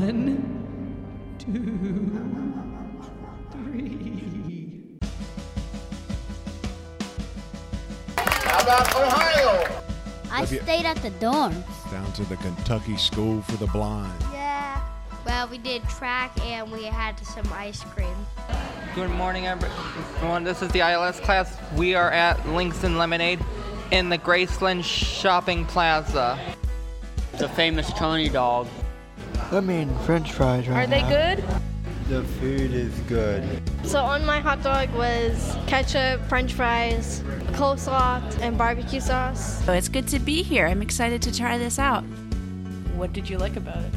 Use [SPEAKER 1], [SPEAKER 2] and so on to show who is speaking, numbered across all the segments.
[SPEAKER 1] One, two, three.
[SPEAKER 2] How about Ohio?
[SPEAKER 3] I
[SPEAKER 4] Have you-
[SPEAKER 3] stayed at the dorm.
[SPEAKER 4] Down to the Kentucky School for the Blind.
[SPEAKER 3] Yeah. Well, we did track and we had some ice cream.
[SPEAKER 5] Good morning, everyone. This is the ILS class. We are at Lincoln Lemonade in the Graceland Shopping Plaza.
[SPEAKER 6] The famous Tony dog.
[SPEAKER 7] I'm eating french fries right
[SPEAKER 8] Are they
[SPEAKER 7] now.
[SPEAKER 8] good?
[SPEAKER 9] The food is good.
[SPEAKER 8] So on my hot dog was ketchup, french fries, coleslaw, and barbecue sauce.
[SPEAKER 10] So it's good to be here. I'm excited to try this out.
[SPEAKER 11] What did you like about it?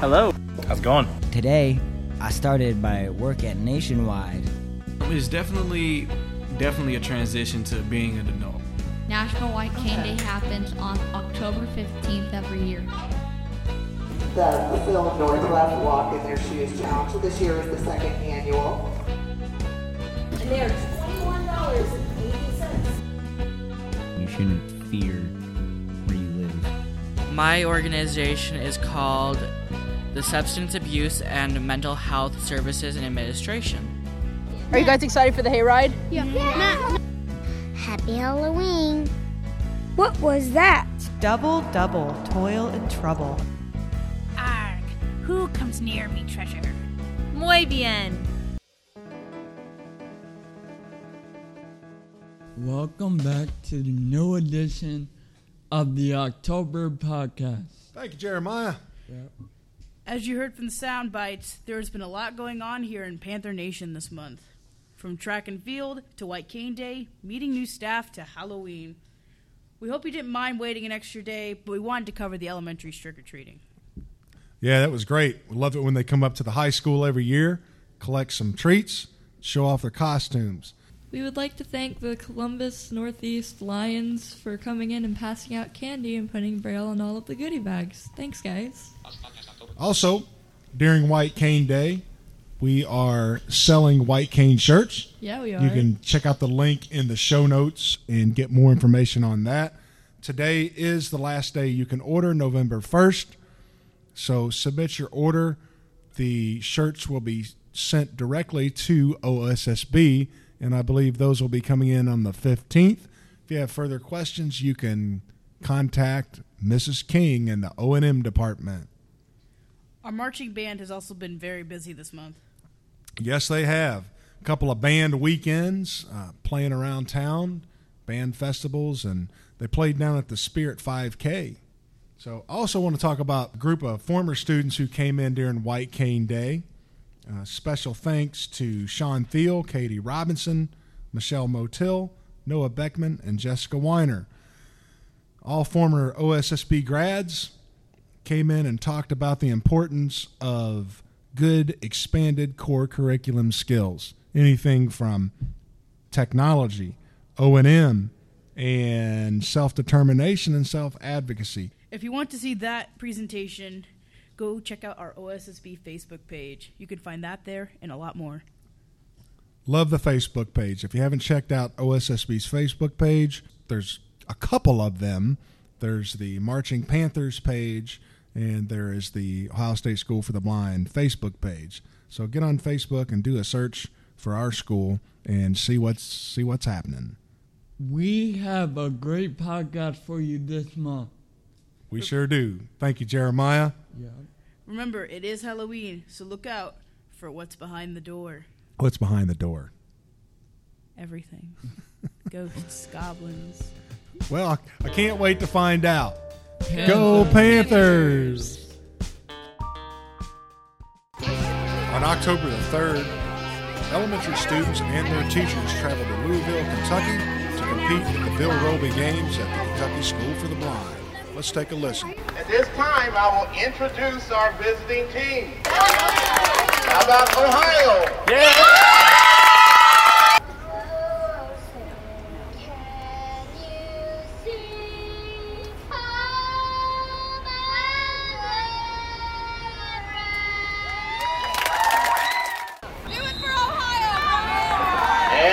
[SPEAKER 6] Hello.
[SPEAKER 12] How's it going?
[SPEAKER 13] Today, I started my work at Nationwide.
[SPEAKER 14] It's definitely, definitely a transition to being an adult.
[SPEAKER 15] National White Cane Day happens on October 15th every year.
[SPEAKER 16] The Brazil North Left Walk in Their Shoes Challenge. This year is the second annual.
[SPEAKER 17] And they are $21.80.
[SPEAKER 18] You shouldn't fear where you live.
[SPEAKER 6] My organization is called the Substance Abuse and Mental Health Services and Administration.
[SPEAKER 11] Are you guys excited for the hayride?
[SPEAKER 3] Yeah. Happy Halloween.
[SPEAKER 19] What was that?
[SPEAKER 20] Double, double, toil and trouble.
[SPEAKER 10] Arg, who comes near me, treasure?
[SPEAKER 20] Muy bien.
[SPEAKER 1] Welcome back to the new edition of the October podcast.
[SPEAKER 4] Thank you, Jeremiah.
[SPEAKER 6] As you heard from the sound bites, there has been a lot going on here in Panther Nation this month. From track and field to White Cane Day, meeting new staff to Halloween. We hope you didn't mind waiting an extra day, but we wanted to cover the elementary trick or treating.
[SPEAKER 4] Yeah, that was great. We love it when they come up to the high school every year, collect some treats, show off their costumes.
[SPEAKER 21] We would like to thank the Columbus Northeast Lions for coming in and passing out candy and putting Braille on all of the goodie bags. Thanks, guys.
[SPEAKER 4] Also, during White Cane Day, we are selling White Cane shirts.
[SPEAKER 21] Yeah, we
[SPEAKER 4] You
[SPEAKER 21] are.
[SPEAKER 4] can check out the link in the show notes and get more information on that. Today is the last day you can order, November 1st. So submit your order. The shirts will be sent directly to OSSB, and I believe those will be coming in on the 15th. If you have further questions, you can contact Mrs. King in the O&M department.
[SPEAKER 6] Our marching band has also been very busy this month.
[SPEAKER 4] Yes, they have. A couple of band weekends uh, playing around town, band festivals, and they played down at the Spirit 5K. So, I also want to talk about a group of former students who came in during White Cane Day. Uh, special thanks to Sean Thiel, Katie Robinson, Michelle Motil, Noah Beckman, and Jessica Weiner. All former OSSB grads came in and talked about the importance of good expanded core curriculum skills anything from technology o&m and self-determination and self-advocacy
[SPEAKER 6] If you want to see that presentation, go check out our OSSB Facebook page. You can find that there and a lot more.
[SPEAKER 4] love the facebook page if you haven't checked out ossb's facebook page there's a couple of them there's the marching panthers page and there is the ohio state school for the blind facebook page so get on facebook and do a search for our school and see what's see what's happening
[SPEAKER 1] We have a great podcast for you this month.
[SPEAKER 4] we sure do thank you jeremiah
[SPEAKER 1] Yeah.
[SPEAKER 6] Remember, it is Halloween, so look out for what's behind the door.
[SPEAKER 4] what's behind the door
[SPEAKER 6] Everything. Ghosts, goblins.
[SPEAKER 4] well i, I can't wait to find out go panthers On October the 3rd, elementary students and their teachers travel to Louisville, Kentucky to compete at the Bill Roby Games at the Kentucky School for the Blind. Let's take a listen.
[SPEAKER 2] At this time, I will introduce our visiting team. How about Ohio?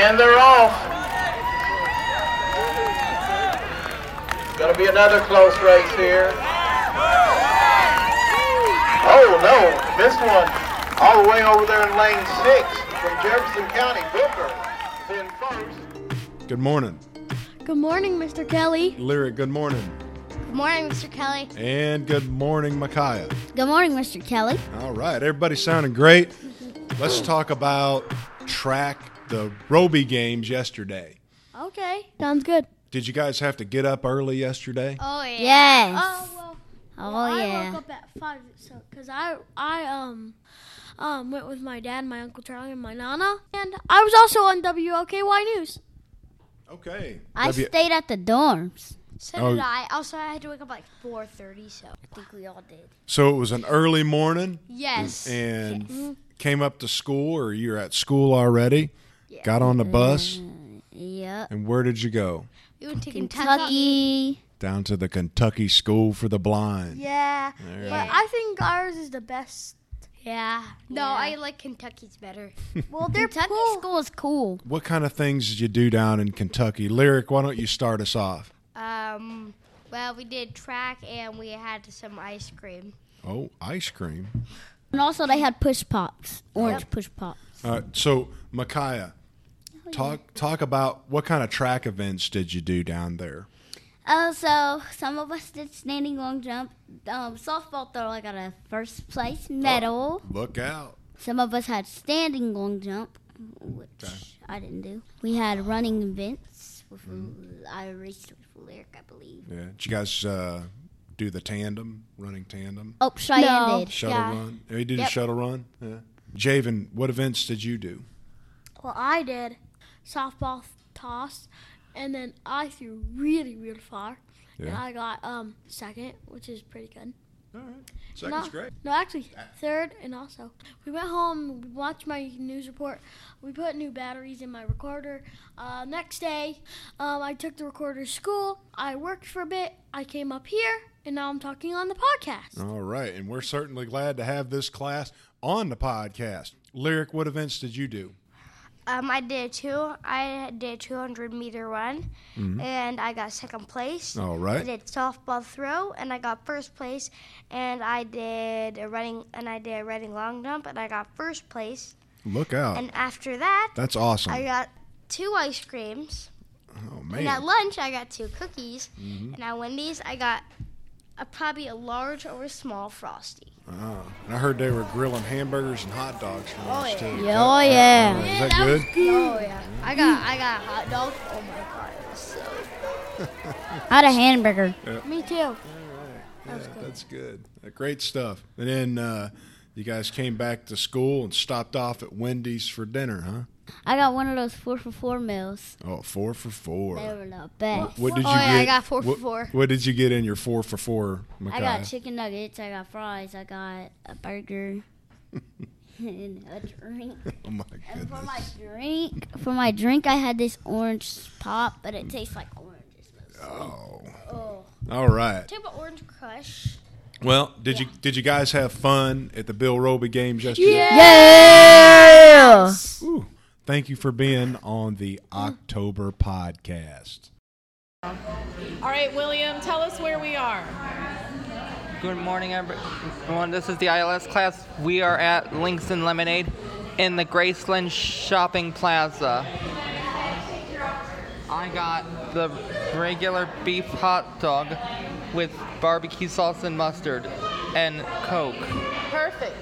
[SPEAKER 2] And they're off.
[SPEAKER 3] Gonna be another close race here. Oh no, this one all the way over there in lane six from Jefferson County. Booker is in first.
[SPEAKER 4] Good morning.
[SPEAKER 14] Good morning, Mr. Kelly.
[SPEAKER 4] Lyric, good morning.
[SPEAKER 14] Good morning, Mr. Kelly.
[SPEAKER 4] And good morning, Micaiah.
[SPEAKER 22] Good morning, Mr. Kelly.
[SPEAKER 4] All right, everybody sounding great. Let's talk about track the Roby games yesterday.
[SPEAKER 14] Okay, sounds good.
[SPEAKER 4] Did you guys have to get up early yesterday?
[SPEAKER 14] Oh yeah.
[SPEAKER 22] Yes.
[SPEAKER 23] Oh well.
[SPEAKER 22] Oh,
[SPEAKER 23] well, I
[SPEAKER 22] yeah.
[SPEAKER 23] woke up at five, so because I I um um went with my dad, my uncle Charlie, and my nana, and I was also on WLKY News.
[SPEAKER 4] Okay.
[SPEAKER 22] I
[SPEAKER 4] W-
[SPEAKER 22] stayed at the dorms.
[SPEAKER 14] So
[SPEAKER 4] Oh.
[SPEAKER 14] did I. Also, I had to wake up like 4:30, so I think we all did.
[SPEAKER 4] So it was an early morning.
[SPEAKER 14] Yes.
[SPEAKER 4] And
[SPEAKER 14] Yes. Mm-hmm.
[SPEAKER 4] came up to school, or you're at school already. Got on the bus.
[SPEAKER 14] Mm-hmm.
[SPEAKER 22] Yep.
[SPEAKER 4] And where did you go?
[SPEAKER 14] We went to
[SPEAKER 22] Kentucky.
[SPEAKER 4] Down to the Kentucky School for the Blind.
[SPEAKER 23] Yeah,
[SPEAKER 4] All
[SPEAKER 23] but
[SPEAKER 4] right.
[SPEAKER 23] I think ours is the best.
[SPEAKER 14] Yeah. No, I like Kentucky's better.
[SPEAKER 23] Well, they're
[SPEAKER 14] Kentucky
[SPEAKER 22] school is cool.
[SPEAKER 4] What kind of things did you do down in Kentucky? Lyric, why don't you start us off?
[SPEAKER 14] Um. Well, we did track and we had some ice cream.
[SPEAKER 4] Oh, ice cream.
[SPEAKER 22] And also, they had push pops, orange
[SPEAKER 4] Yep.
[SPEAKER 22] push pops.
[SPEAKER 4] All right, Uh, so Micaiah,
[SPEAKER 14] Oh,
[SPEAKER 4] talk talk about what kind of track events did you do down there?
[SPEAKER 22] Oh, so some of us did standing long jump, um, softball throw. I got a first place
[SPEAKER 4] Oh.
[SPEAKER 22] medal.
[SPEAKER 4] Look out!
[SPEAKER 22] Some of us had standing long jump, which I didn't do. We had running events. With I raced with Lyric, I believe.
[SPEAKER 4] Yeah, did you guys uh, do the tandem running tandem?
[SPEAKER 22] Oh, Cheyenne No. did.
[SPEAKER 4] Shuttle
[SPEAKER 22] Yeah.
[SPEAKER 4] run. Oh, you did
[SPEAKER 22] Yep.
[SPEAKER 4] a shuttle run. Yeah. Javen, what events did you do?
[SPEAKER 23] Well, I did softball toss, and then I threw really, really far, and
[SPEAKER 4] Yeah.
[SPEAKER 23] I got um second, which is pretty good.
[SPEAKER 4] All right,
[SPEAKER 23] no, No, actually, third, and also we went home, we watched my news report. We put new batteries in my recorder. Uh, next day, um, I took the recorder to school. I worked for a bit. I came up here, and now I'm talking on the podcast.
[SPEAKER 4] All right, and we're certainly glad to have this class on the podcast. Lyric, what events did you do?
[SPEAKER 14] Um, I did two. I did 200 meter run,
[SPEAKER 4] Mhm.
[SPEAKER 14] and I got second place.
[SPEAKER 4] All right.
[SPEAKER 14] I did softball throw, and I got first place. And I did a running, and I did a running long jump, and I got first place.
[SPEAKER 4] Look out!
[SPEAKER 14] And after that,
[SPEAKER 4] That's awesome.
[SPEAKER 14] I got two ice creams.
[SPEAKER 4] oh
[SPEAKER 14] And at
[SPEAKER 4] man,
[SPEAKER 14] lunch, I got two cookies.
[SPEAKER 4] Mhm.
[SPEAKER 14] And at Wendy's, I got a, probably a large or a small frosty.
[SPEAKER 4] oh, and I heard they were grilling hamburgers and hot dogs for
[SPEAKER 14] Oh,
[SPEAKER 4] us too.
[SPEAKER 22] Yeah, oh, yeah.
[SPEAKER 4] Is that good?
[SPEAKER 14] Oh yeah, I got I got a hot dog. Oh my god, it was so.
[SPEAKER 22] I had a hamburger.
[SPEAKER 4] Yeah.
[SPEAKER 23] Me too.
[SPEAKER 4] Yeah, that's good. Uh, Great stuff. And then uh, you guys came back to school and stopped off at Wendy's for dinner, huh?
[SPEAKER 22] I got one of those four for four meals.
[SPEAKER 4] Oh, four for four.
[SPEAKER 22] They were the best.
[SPEAKER 4] What did you
[SPEAKER 22] oh,
[SPEAKER 4] get?
[SPEAKER 22] yeah, I got four
[SPEAKER 4] what,
[SPEAKER 22] for four.
[SPEAKER 4] What did you get in your four for four,
[SPEAKER 22] I
[SPEAKER 4] Micaiah?
[SPEAKER 22] got chicken nuggets. I got fries. I got a burger. and a drink.
[SPEAKER 4] Oh my
[SPEAKER 22] And for my
[SPEAKER 4] goodness.
[SPEAKER 22] drink, for my drink, I had this orange pop, but it tastes like oranges.
[SPEAKER 4] Oh.
[SPEAKER 14] Oh.
[SPEAKER 4] All right.
[SPEAKER 14] Do you have an orange crush?
[SPEAKER 4] Well, did you did you guys have fun at the Bill Roby games yesterday?
[SPEAKER 22] Yeah.
[SPEAKER 4] Ooh. Thank you for being on the October podcast.
[SPEAKER 24] All right, William, tell us where we are.
[SPEAKER 5] Good morning, everyone. This is the ILS class. We are at Lincoln Lemonade in the Graceland Shopping Plaza. I got the regular beef hot dog with barbecue sauce and mustard and Coke.
[SPEAKER 24] Perfect.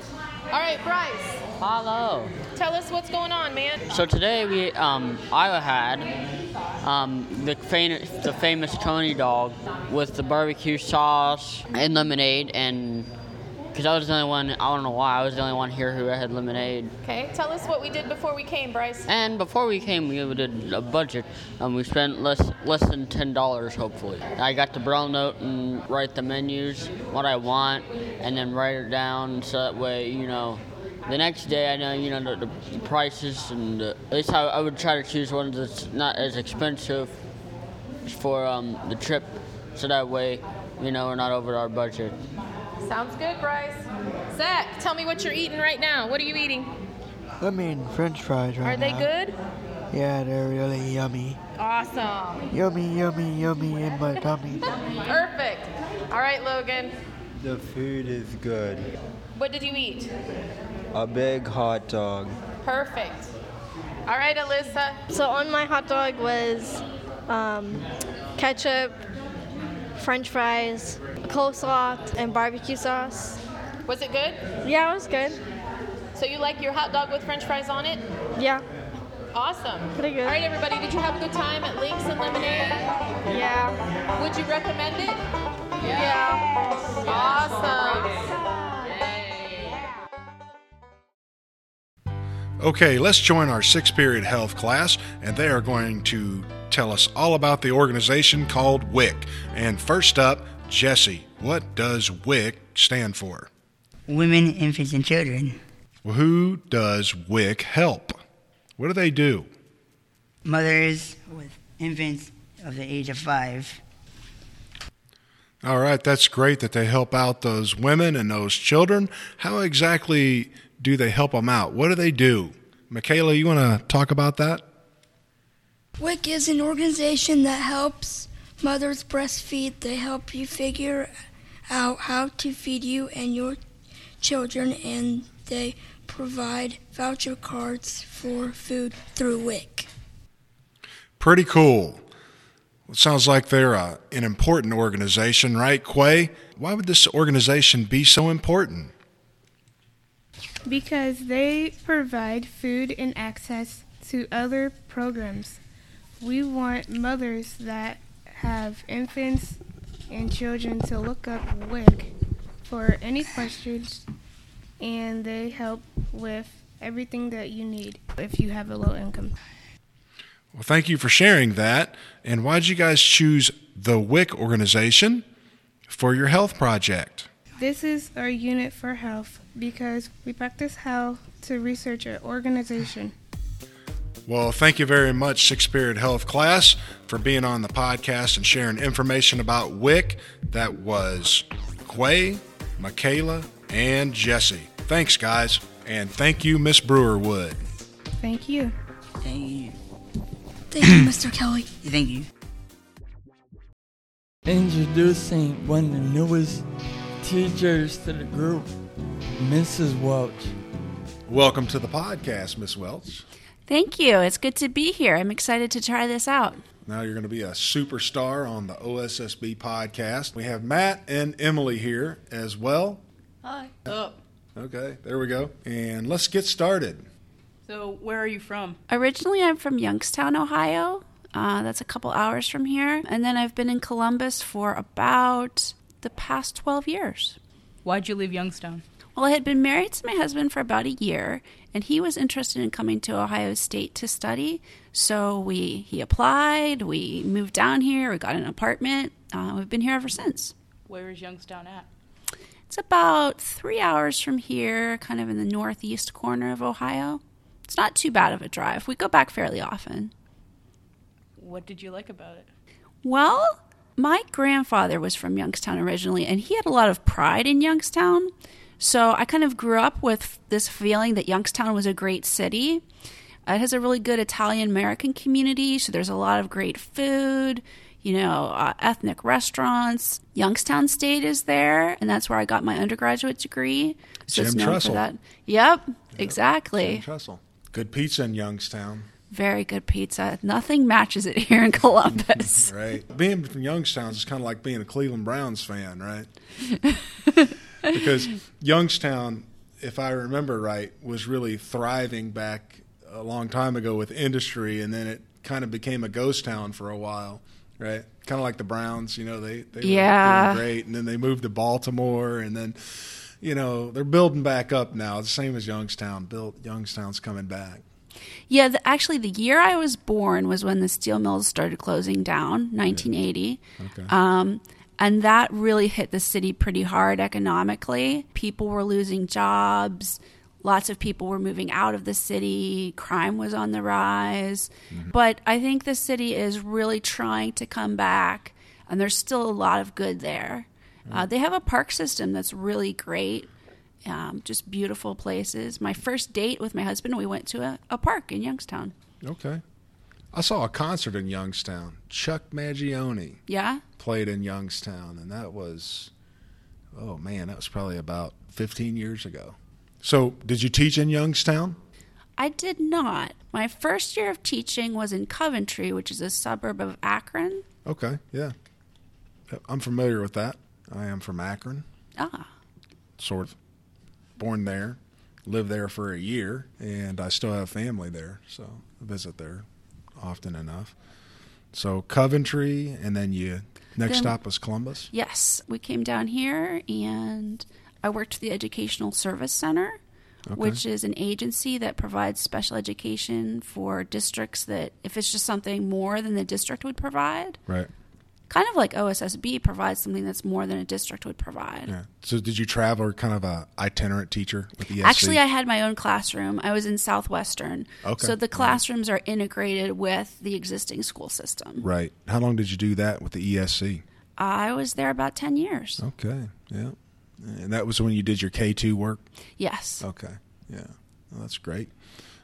[SPEAKER 24] All right, Bryce,
[SPEAKER 25] Hello.
[SPEAKER 24] tell us what's going on, man.
[SPEAKER 25] So today we, um, I had um, the, fam- the famous Tony dog with the barbecue sauce and lemonade, and because I was the only one, I don't know why, I was the only one here who had lemonade.
[SPEAKER 24] Okay, tell us what we did before we came, Bryce.
[SPEAKER 25] And before we came, we did a budget, and we spent less less than ten dollars. Hopefully, I got the braille note and write the menus, what I want, and then write it down. So that way, you know, the next day I know you know the, the prices, and uh, at least I, I would try to choose ones that's not as expensive for um, the trip. So that way, you know, we're not over our budget.
[SPEAKER 24] Sounds good, Bryce. Zach, tell me what you're eating right now. What are you eating?
[SPEAKER 17] I mean, french fries right
[SPEAKER 24] Are they
[SPEAKER 17] now.
[SPEAKER 24] good?
[SPEAKER 17] Yeah, they're really yummy.
[SPEAKER 24] Awesome.
[SPEAKER 17] Yummy, yummy, yummy in my tummy.
[SPEAKER 24] Perfect. All right, Logan.
[SPEAKER 7] The food is good.
[SPEAKER 24] What did you eat?
[SPEAKER 7] A big hot dog.
[SPEAKER 24] Perfect. All right, Alyssa.
[SPEAKER 8] So on my hot dog was um, ketchup, French fries, coleslaw, and barbecue sauce.
[SPEAKER 24] Was it good?
[SPEAKER 8] Yeah, it was good.
[SPEAKER 24] So you like your hot dog with French fries on it?
[SPEAKER 8] Yeah.
[SPEAKER 24] Awesome.
[SPEAKER 8] Pretty good.
[SPEAKER 24] All right, everybody. Did you have a good time at Links and Lemonade?
[SPEAKER 8] Yeah.
[SPEAKER 24] Would you recommend it?
[SPEAKER 8] Yeah.
[SPEAKER 24] Awesome.
[SPEAKER 4] Okay, let's join our sixth period health class, and they are going to tell us all about the organization called WIC. And first up, Jesse, what does WIC stand for?
[SPEAKER 18] Women, infants, and children.
[SPEAKER 4] Who does WIC help? What do they do?
[SPEAKER 18] Mothers with infants of the age of five.
[SPEAKER 4] All right, that's great that they help out those women and those children. How exactly do they help them out? What do they do? Michaela, you want to talk about that?
[SPEAKER 26] WIC is an organization that helps mothers breastfeed. They help you figure out how to feed you and your children, and they provide voucher cards for food through WIC.
[SPEAKER 4] Pretty cool. It sounds like they're uh, an important organization, right, Quay? Why would this organization be so important?
[SPEAKER 27] Because they provide food and access to other programs. We want mothers that have infants and children to look up WIC for any questions, and they help with everything that you need if you have a low income.
[SPEAKER 4] Well, thank you for sharing that. And why did you guys choose the WIC organization for your health project?
[SPEAKER 27] This is our unit for health because we practice how to research an organization.
[SPEAKER 4] Well, thank you very much, Six Spirit Health class, for being on the podcast and sharing information about WIC. That was Quay, Michaela, and Jesse. Thanks, guys. And thank you, Miss Brewerwood.
[SPEAKER 27] Thank you.
[SPEAKER 18] Thank you.
[SPEAKER 26] Thank you, Mr. Kelly.
[SPEAKER 18] Thank you.
[SPEAKER 1] Introducing one of the newest teachers to the group, Mrs. Welch.
[SPEAKER 4] Welcome to the podcast, Miss Welch.
[SPEAKER 10] Thank you. It's good to be here. I'm excited to try this out.
[SPEAKER 4] Now you're going to be a superstar on the OSSB podcast. We have Matt and Emily here as well.
[SPEAKER 6] Hi.
[SPEAKER 10] Oh.
[SPEAKER 4] Up. Okay, there we go. And let's get started.
[SPEAKER 6] So, where are you from?
[SPEAKER 10] Originally, I'm from Youngstown, Ohio. Uh, that's a couple hours from here. And then I've been in Columbus for about the past 12 years.
[SPEAKER 6] Why'd you leave Youngstown?
[SPEAKER 10] Well, I had been married to my husband for about a year, and he was interested in coming to Ohio State to study. So we he applied, we moved down here, we got an apartment. Uh, we've been here ever since.
[SPEAKER 6] Where is Youngstown at?
[SPEAKER 10] It's about three hours from here, kind of in the northeast corner of Ohio. It's not too bad of a drive. We go back fairly often.
[SPEAKER 6] What did you like about it?
[SPEAKER 10] Well, my grandfather was from Youngstown originally, and he had a lot of pride in Youngstown. So I kind of grew up with this feeling that Youngstown was a great city. Uh, It has a really good Italian American community, so there's a lot of great food, you know, uh, ethnic restaurants. Youngstown State is there, and that's where I got my undergraduate degree. So
[SPEAKER 4] Jim
[SPEAKER 10] it's known
[SPEAKER 4] Trestle.
[SPEAKER 10] for that. Yep,
[SPEAKER 4] Jim
[SPEAKER 10] exactly.
[SPEAKER 4] Trestle. Good pizza in Youngstown.
[SPEAKER 10] Very good pizza. Nothing matches it here in Columbus.
[SPEAKER 4] Right. Being from Youngstown is kind of like being a Cleveland Browns fan, right? because Youngstown, if I remember right, was really thriving back a long time ago with industry, and then it kind of became a ghost town for a while, right? Kind of like the Browns, you know, they, they were
[SPEAKER 10] Yeah.
[SPEAKER 4] doing great, and then they moved to Baltimore, and then, you know, they're building back up now. It's the same as Youngstown. Built Youngstown's coming back.
[SPEAKER 10] Yeah, the, actually, the year I was born was when the steel mills started closing down, 1980.
[SPEAKER 4] Okay.
[SPEAKER 10] Um, and that really hit the city pretty hard economically. People were losing jobs. Lots of people were moving out of the city. Crime was on the rise. But I think the city is really trying to come back, and there's still a lot of good there. Uh, they have a park system that's really great um, just beautiful places. My first date with my husband, we went to a, a park in Youngstown.
[SPEAKER 4] Okay. I saw a concert in Youngstown. Chuck Magione
[SPEAKER 10] Yeah.
[SPEAKER 4] played in Youngstown, and that was, oh man, that was probably about 15 years ago. So, did you teach in Youngstown?
[SPEAKER 10] I did not. My first year of teaching was in Coventry, which is a suburb of Akron.
[SPEAKER 4] Okay, yeah. I'm familiar with that. I am from Akron,
[SPEAKER 10] Ah,
[SPEAKER 4] sort of born there, lived there for a year, and I still have family there, so I visit there often enough. So, Coventry, and then you, next
[SPEAKER 10] Then-
[SPEAKER 4] stop was Columbus?
[SPEAKER 10] yes. We came down here and I worked for the Educational Service Center,
[SPEAKER 4] Okay.
[SPEAKER 10] which is an agency that provides special education for districts that, if it's just something more than the district would provide,
[SPEAKER 4] Right.
[SPEAKER 10] kind of like OSSB provides something that's more than a district would provide.
[SPEAKER 4] Yeah. So did you travel or kind of a itinerant teacher with E ESC?
[SPEAKER 10] Actually, I had my own classroom. I was in Southwestern.
[SPEAKER 4] Okay.
[SPEAKER 10] So the classrooms are integrated with the existing school system.
[SPEAKER 4] Right. How long did you do that with the ESC?
[SPEAKER 10] I was there about 10 years.
[SPEAKER 4] Okay. Yeah. And that was when you did your K two work.
[SPEAKER 10] Yes.
[SPEAKER 4] Okay. Yeah. Well, that's great.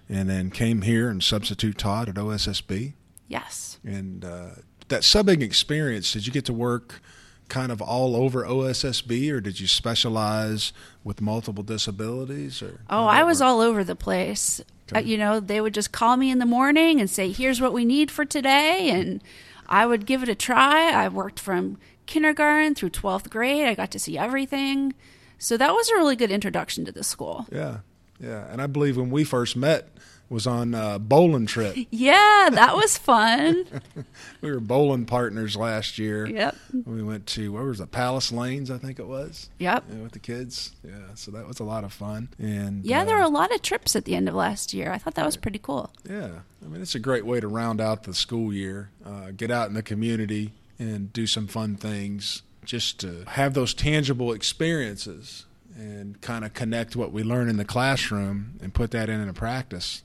[SPEAKER 4] And then came here and substitute taught at OSSB.
[SPEAKER 10] Yes.
[SPEAKER 4] And uh, that subbing experience, did you get to work kind of all over OSSB, or did you specialize with multiple disabilities? Or
[SPEAKER 10] Oh, I was all over the place. Uh, you know, they would just call me in the morning and say, here's what we need for today. And I would give it a try. I worked from kindergarten through 12th grade. I got to see everything. So that was a really good introduction to the school.
[SPEAKER 4] yeah, yeah. And I believe when we first met was on a bowling trip.
[SPEAKER 10] Yeah, that was fun.
[SPEAKER 4] we were bowling partners last year.
[SPEAKER 10] Yep.
[SPEAKER 4] We went to where was it? Palace Lanes, I think it was.
[SPEAKER 10] Yep.
[SPEAKER 4] Yeah, with the kids. Yeah. So that was a lot of fun. And
[SPEAKER 10] Yeah,
[SPEAKER 4] uh,
[SPEAKER 10] there were a lot of trips at the end of last year. I thought that was pretty cool.
[SPEAKER 4] yeah. I mean, it's a great way to round out the school year. Uh, get out in the community and do some fun things. Just to have those tangible experiences and kind of connect what we learn in the classroom and put that into practice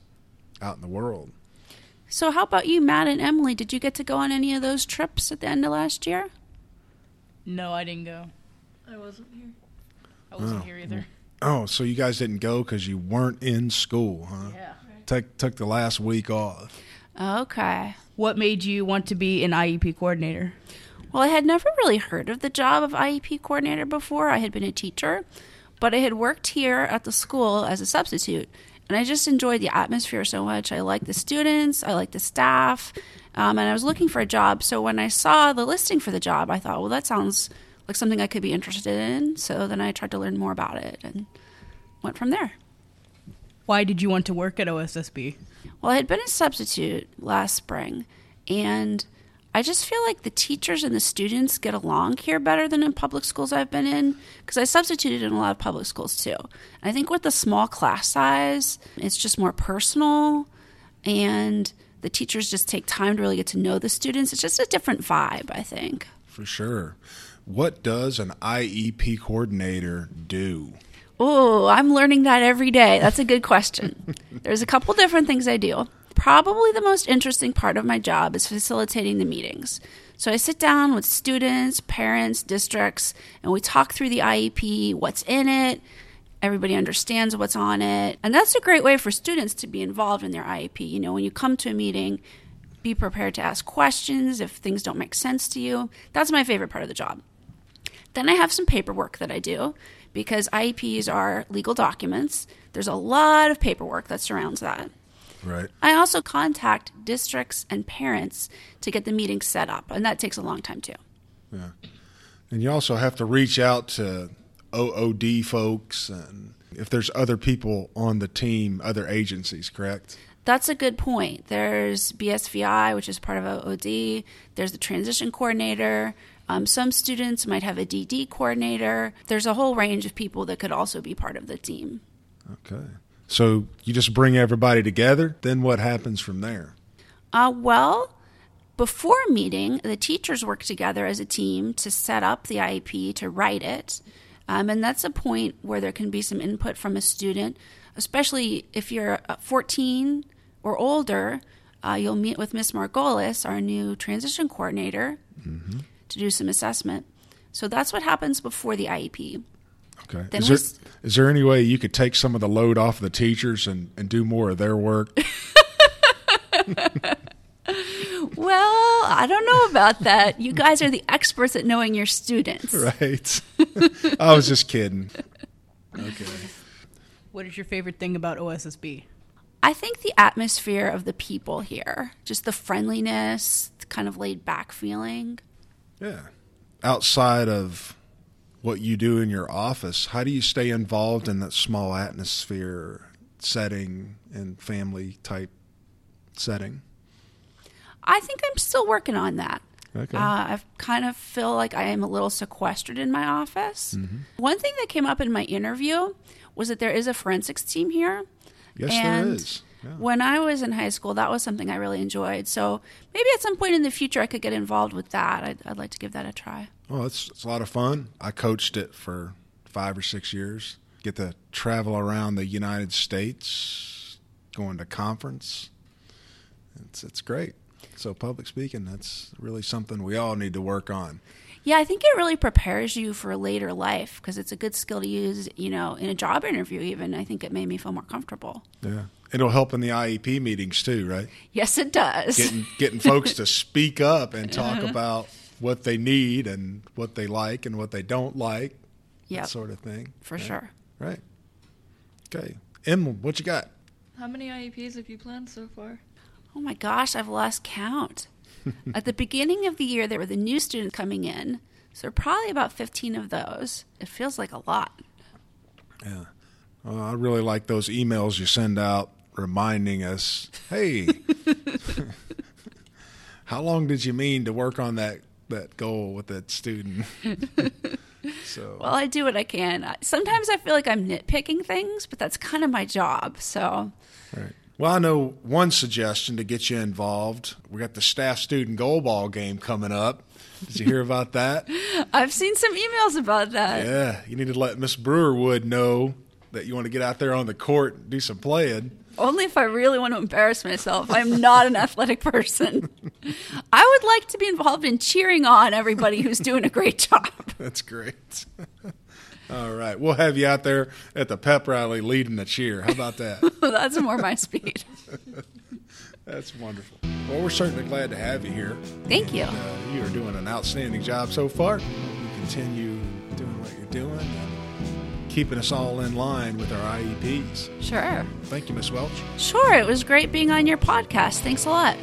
[SPEAKER 4] out in the world.
[SPEAKER 10] So, how about you, Matt and Emily? Did you get to go on any of those trips at the end of last year?
[SPEAKER 6] No, I didn't go.
[SPEAKER 2] I wasn't here.
[SPEAKER 6] I wasn't
[SPEAKER 4] Oh.
[SPEAKER 6] here either.
[SPEAKER 4] Oh, so you guys didn't go because you weren't in school, huh?
[SPEAKER 6] Yeah.
[SPEAKER 4] Took took the last week off.
[SPEAKER 10] Okay.
[SPEAKER 6] What made you want to be an IEP coordinator?
[SPEAKER 10] Well, I had never really heard of the job of IEP coordinator before. I had been a teacher, but I had worked here at the school as a substitute. And I just enjoyed the atmosphere so much. I liked the students, I liked the staff, um, and I was looking for a job. So when I saw the listing for the job, I thought, well, that sounds like something I could be interested in. So then I tried to learn more about it and went from there.
[SPEAKER 6] Why did you want to work at OSSB?
[SPEAKER 10] Well, I had been a substitute last spring, and I just feel like the teachers and the students get along here better than in public schools I've been in because I substituted in a lot of public schools too. I think with the small class size, it's just more personal, and the teachers just take time to really get to know the students. It's just a different vibe, I think.
[SPEAKER 4] For sure. What does an IEP coordinator do?
[SPEAKER 10] Oh, I'm learning that every day. That's a good question. There's a couple different things I do. Probably the most interesting part of my job is facilitating the meetings. So I sit down with students, parents, districts, and we talk through the IEP, what's in it, everybody understands what's on it. And that's a great way for students to be involved in their IEP. You know, when you come to a meeting, be prepared to ask questions if things don't make sense to you. That's my favorite part of the job. Then I have some paperwork that I do because IEPs are legal documents. There's a lot of paperwork that surrounds that.
[SPEAKER 4] Right.
[SPEAKER 10] I also contact districts and parents to get the meeting set up, and that takes a long time too.
[SPEAKER 4] Yeah. And you also have to reach out to OOD folks and if there's other people on the team, other agencies, correct?
[SPEAKER 10] That's a good point. There's BSVI, which is part of OOD. There's the transition coordinator. Um, some students might have a DD coordinator. There's a whole range of people that could also be part of the team.
[SPEAKER 4] Okay. So you just bring everybody together, then what happens from there?
[SPEAKER 10] Uh, well, before a meeting, the teachers work together as a team to set up the IEP, to write it. Um, and that's a point where there can be some input from a student, especially if you're uh, 14 or older. Uh, you'll meet with Ms. Margolis, our new transition coordinator,
[SPEAKER 4] Mm-hmm.
[SPEAKER 10] to do some assessment. So that's what happens before the IEP.
[SPEAKER 4] Okay.
[SPEAKER 10] Then
[SPEAKER 4] is,
[SPEAKER 10] we
[SPEAKER 4] there,
[SPEAKER 10] s-
[SPEAKER 4] is there any way you could take some of the load off the teachers and, and do more of their work?
[SPEAKER 10] Well, I don't know about that. You guys are the experts at knowing your students.
[SPEAKER 4] Right. I was just kidding. Okay.
[SPEAKER 6] What is your favorite thing about OSSB?
[SPEAKER 10] I think the atmosphere of the people here, just the friendliness, the kind of laid back feeling.
[SPEAKER 4] Yeah. Outside of what you do in your office, how do you stay involved in that small atmosphere setting and family type setting?
[SPEAKER 10] I think I'm still working on that.
[SPEAKER 4] Okay.
[SPEAKER 10] Uh, I kind of feel like I am a little sequestered in my office.
[SPEAKER 4] Mm. Mm-hmm.
[SPEAKER 10] One thing that came up in my interview was that there is a forensics team here.
[SPEAKER 4] Yes, there
[SPEAKER 10] and
[SPEAKER 4] is. Yeah.
[SPEAKER 10] When I was in high school, that was something I really enjoyed. So maybe at some point in the future, I could get involved with that. I'd, I'd like to give that a try.
[SPEAKER 4] Oh, it's, it's a lot of fun. I coached it for five or six years. Get to travel around the United States, going to conference. It's it's great. So public speaking, that's really something we all need to work on.
[SPEAKER 10] Yeah, I think it really prepares you for later life because it's a good skill to use, you know, in a job interview, even. I think it made me feel more comfortable.
[SPEAKER 4] Yeah, it'll help in the IEP meetings too, right?
[SPEAKER 10] Yes, it does.
[SPEAKER 4] Getting getting folks to speak up and talk
[SPEAKER 10] Uh-huh.
[SPEAKER 4] about what they need and what they like and what they don't like,
[SPEAKER 2] Yep.
[SPEAKER 4] that sort of thing.
[SPEAKER 2] For
[SPEAKER 4] right?
[SPEAKER 2] sure.
[SPEAKER 4] Right. Okay, Em, what you got?
[SPEAKER 2] How many IEPs have you planned so far?
[SPEAKER 10] Oh my gosh, I've lost count. At the beginning of the year, there were the new students coming in. So, probably about 15 of those. It feels like a lot.
[SPEAKER 4] Yeah. Uh, I really like those emails you send out reminding us, hey, how long did you mean to work on that, that goal with that student? so,
[SPEAKER 10] Well, I do what I can. I- Sometimes I feel like I'm nitpicking things, but that's kind of my job. So,
[SPEAKER 4] right. Well, I know one suggestion to get you involved. We got the staff student goal ball game coming up. Did you hear about that?
[SPEAKER 10] I've seen some emails about that.
[SPEAKER 4] Yeah, you need to let Miss Brewerwood know that you want to get out there on the court and do some playing.
[SPEAKER 10] Only if I really want to embarrass myself. I'm not an athletic person. I would like to be involved in cheering on everybody who's doing a great job.
[SPEAKER 4] That's great. All right. We'll have you out there at the pep rally leading the cheer. How about that?
[SPEAKER 10] That's more my speed.
[SPEAKER 4] That's wonderful. Well, we're certainly glad to have you here.
[SPEAKER 10] Thank you.
[SPEAKER 4] And, uh, you are doing an outstanding job so far. You continue doing what you're doing and keeping us all in line with our IEPs.
[SPEAKER 10] Sure.
[SPEAKER 4] Thank you, Miss Welch.
[SPEAKER 10] Sure, it was great being on your podcast. Thanks a lot.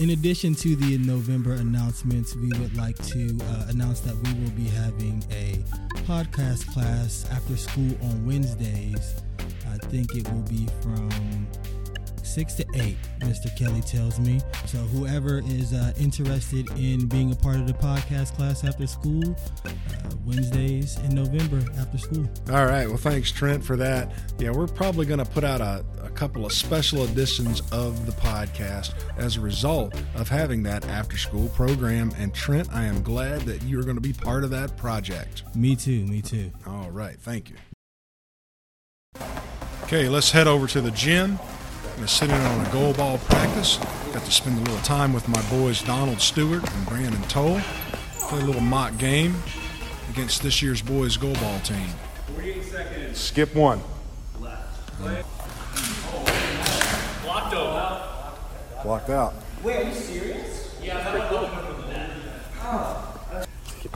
[SPEAKER 9] In addition to the November announcements, we would like to uh, announce that we will be having a podcast class after school on Wednesdays. I think it will be from 6 to 8, Mr. Kelly tells me. So, whoever is uh, interested in being a part of the podcast class after school, uh, Wednesdays in November after school.
[SPEAKER 4] All right. Well, thanks, Trent, for that. Yeah, we're probably going to put out a, a couple of special editions of the podcast as a result of having that after school program. And, Trent, I am glad that you're going to be part of that project.
[SPEAKER 9] Me too, me too.
[SPEAKER 4] All right. Thank you. Okay, let's head over to the gym. I'm gonna sit in on a goal ball practice. Got to spend a little time with my boys Donald Stewart and Brandon Toll. Play a little mock game against this year's boys goal ball team. Skip one.
[SPEAKER 28] Blocked over.
[SPEAKER 4] Blocked out.
[SPEAKER 28] Wait, are you serious? Yeah, I'm not going with that.
[SPEAKER 4] Skip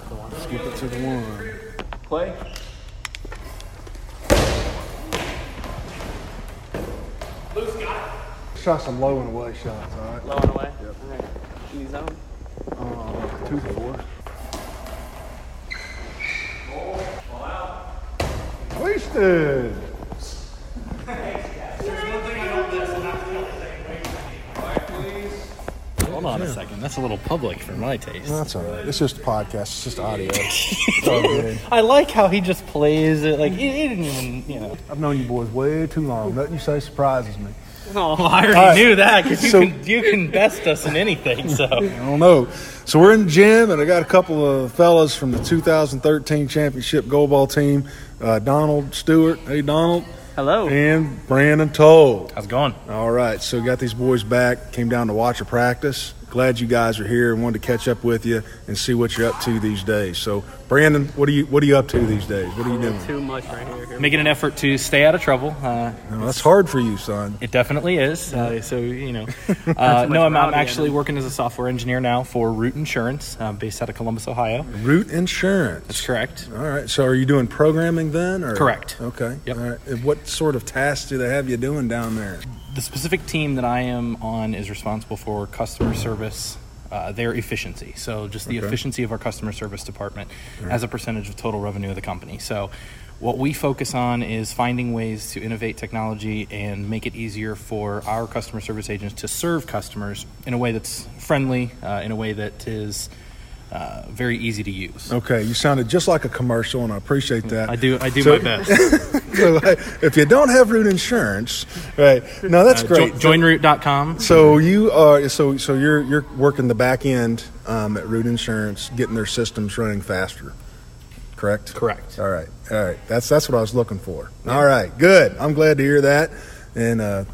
[SPEAKER 4] it to the one.
[SPEAKER 28] Play.
[SPEAKER 29] Shot some low and away shots, all right?
[SPEAKER 28] Low and away. Yep. In the zone.
[SPEAKER 29] Uh, two for four. Wasted.
[SPEAKER 30] Hold on a second. That's a little public for my taste.
[SPEAKER 4] That's all right. It's just a podcast. It's just audio. It's all good.
[SPEAKER 30] I like how he just plays it. Like he, he didn't even, you know.
[SPEAKER 29] I've known you boys way too long. Nothing you say surprises me.
[SPEAKER 30] Oh, I already
[SPEAKER 29] All right.
[SPEAKER 30] knew that because you
[SPEAKER 29] So-
[SPEAKER 30] can you can best us in anything. So.
[SPEAKER 4] I don't know. So we're in the gym, and I got a couple of fellas from the 2013 championship goalball team, uh, Donald Stewart. Hey, Donald.
[SPEAKER 30] Hello.
[SPEAKER 4] And Brandon Toll.
[SPEAKER 30] How's it going?
[SPEAKER 4] All right. So got these boys back. Came down to watch a practice. Glad you guys are here and wanted to catch up with you and see what you're up to these days. So, Brandon, what are you what are you up to these days? What are you doing?
[SPEAKER 28] Too much right here. here.
[SPEAKER 30] Making an effort to stay out of trouble. Uh,
[SPEAKER 4] No, that's hard for you, son.
[SPEAKER 30] It definitely is. Uh, so you know, uh,
[SPEAKER 4] That's
[SPEAKER 30] no, I'm, I'm
[SPEAKER 4] much rowdy,
[SPEAKER 30] actually
[SPEAKER 4] Adam.
[SPEAKER 30] working as a software engineer now for Root Insurance, uh, based out of Columbus, Ohio.
[SPEAKER 4] Root Insurance.
[SPEAKER 30] That's correct.
[SPEAKER 4] All right. So, are you doing programming then? Or?
[SPEAKER 30] Correct.
[SPEAKER 4] Okay. All right. And What sort of tasks do they have you doing down there?
[SPEAKER 30] The specific team that I am on is responsible for customer service. Uh, their efficiency, so just the
[SPEAKER 4] Okay.
[SPEAKER 30] efficiency of our customer service department
[SPEAKER 4] All right.
[SPEAKER 30] as a percentage of total revenue of the company. So, what we focus on is finding ways to innovate technology and make it easier for our customer service agents to serve customers in a way that's friendly, uh, in a way that is uh, very easy to use.
[SPEAKER 4] Okay, you sounded just like a commercial, and I appreciate that.
[SPEAKER 30] I do- I do my best.
[SPEAKER 4] so, hey, if you don't have Root Insurance, right? No, that's
[SPEAKER 30] Uh, jo-
[SPEAKER 4] great.
[SPEAKER 30] joinroot.com.
[SPEAKER 4] So you are so so you're you're working the back end um, at Root Insurance, getting their systems running faster. Correct.
[SPEAKER 30] Correct.
[SPEAKER 4] All right. All right. That's that's what I was looking for. All right. Good. I'm glad to hear that, and uh,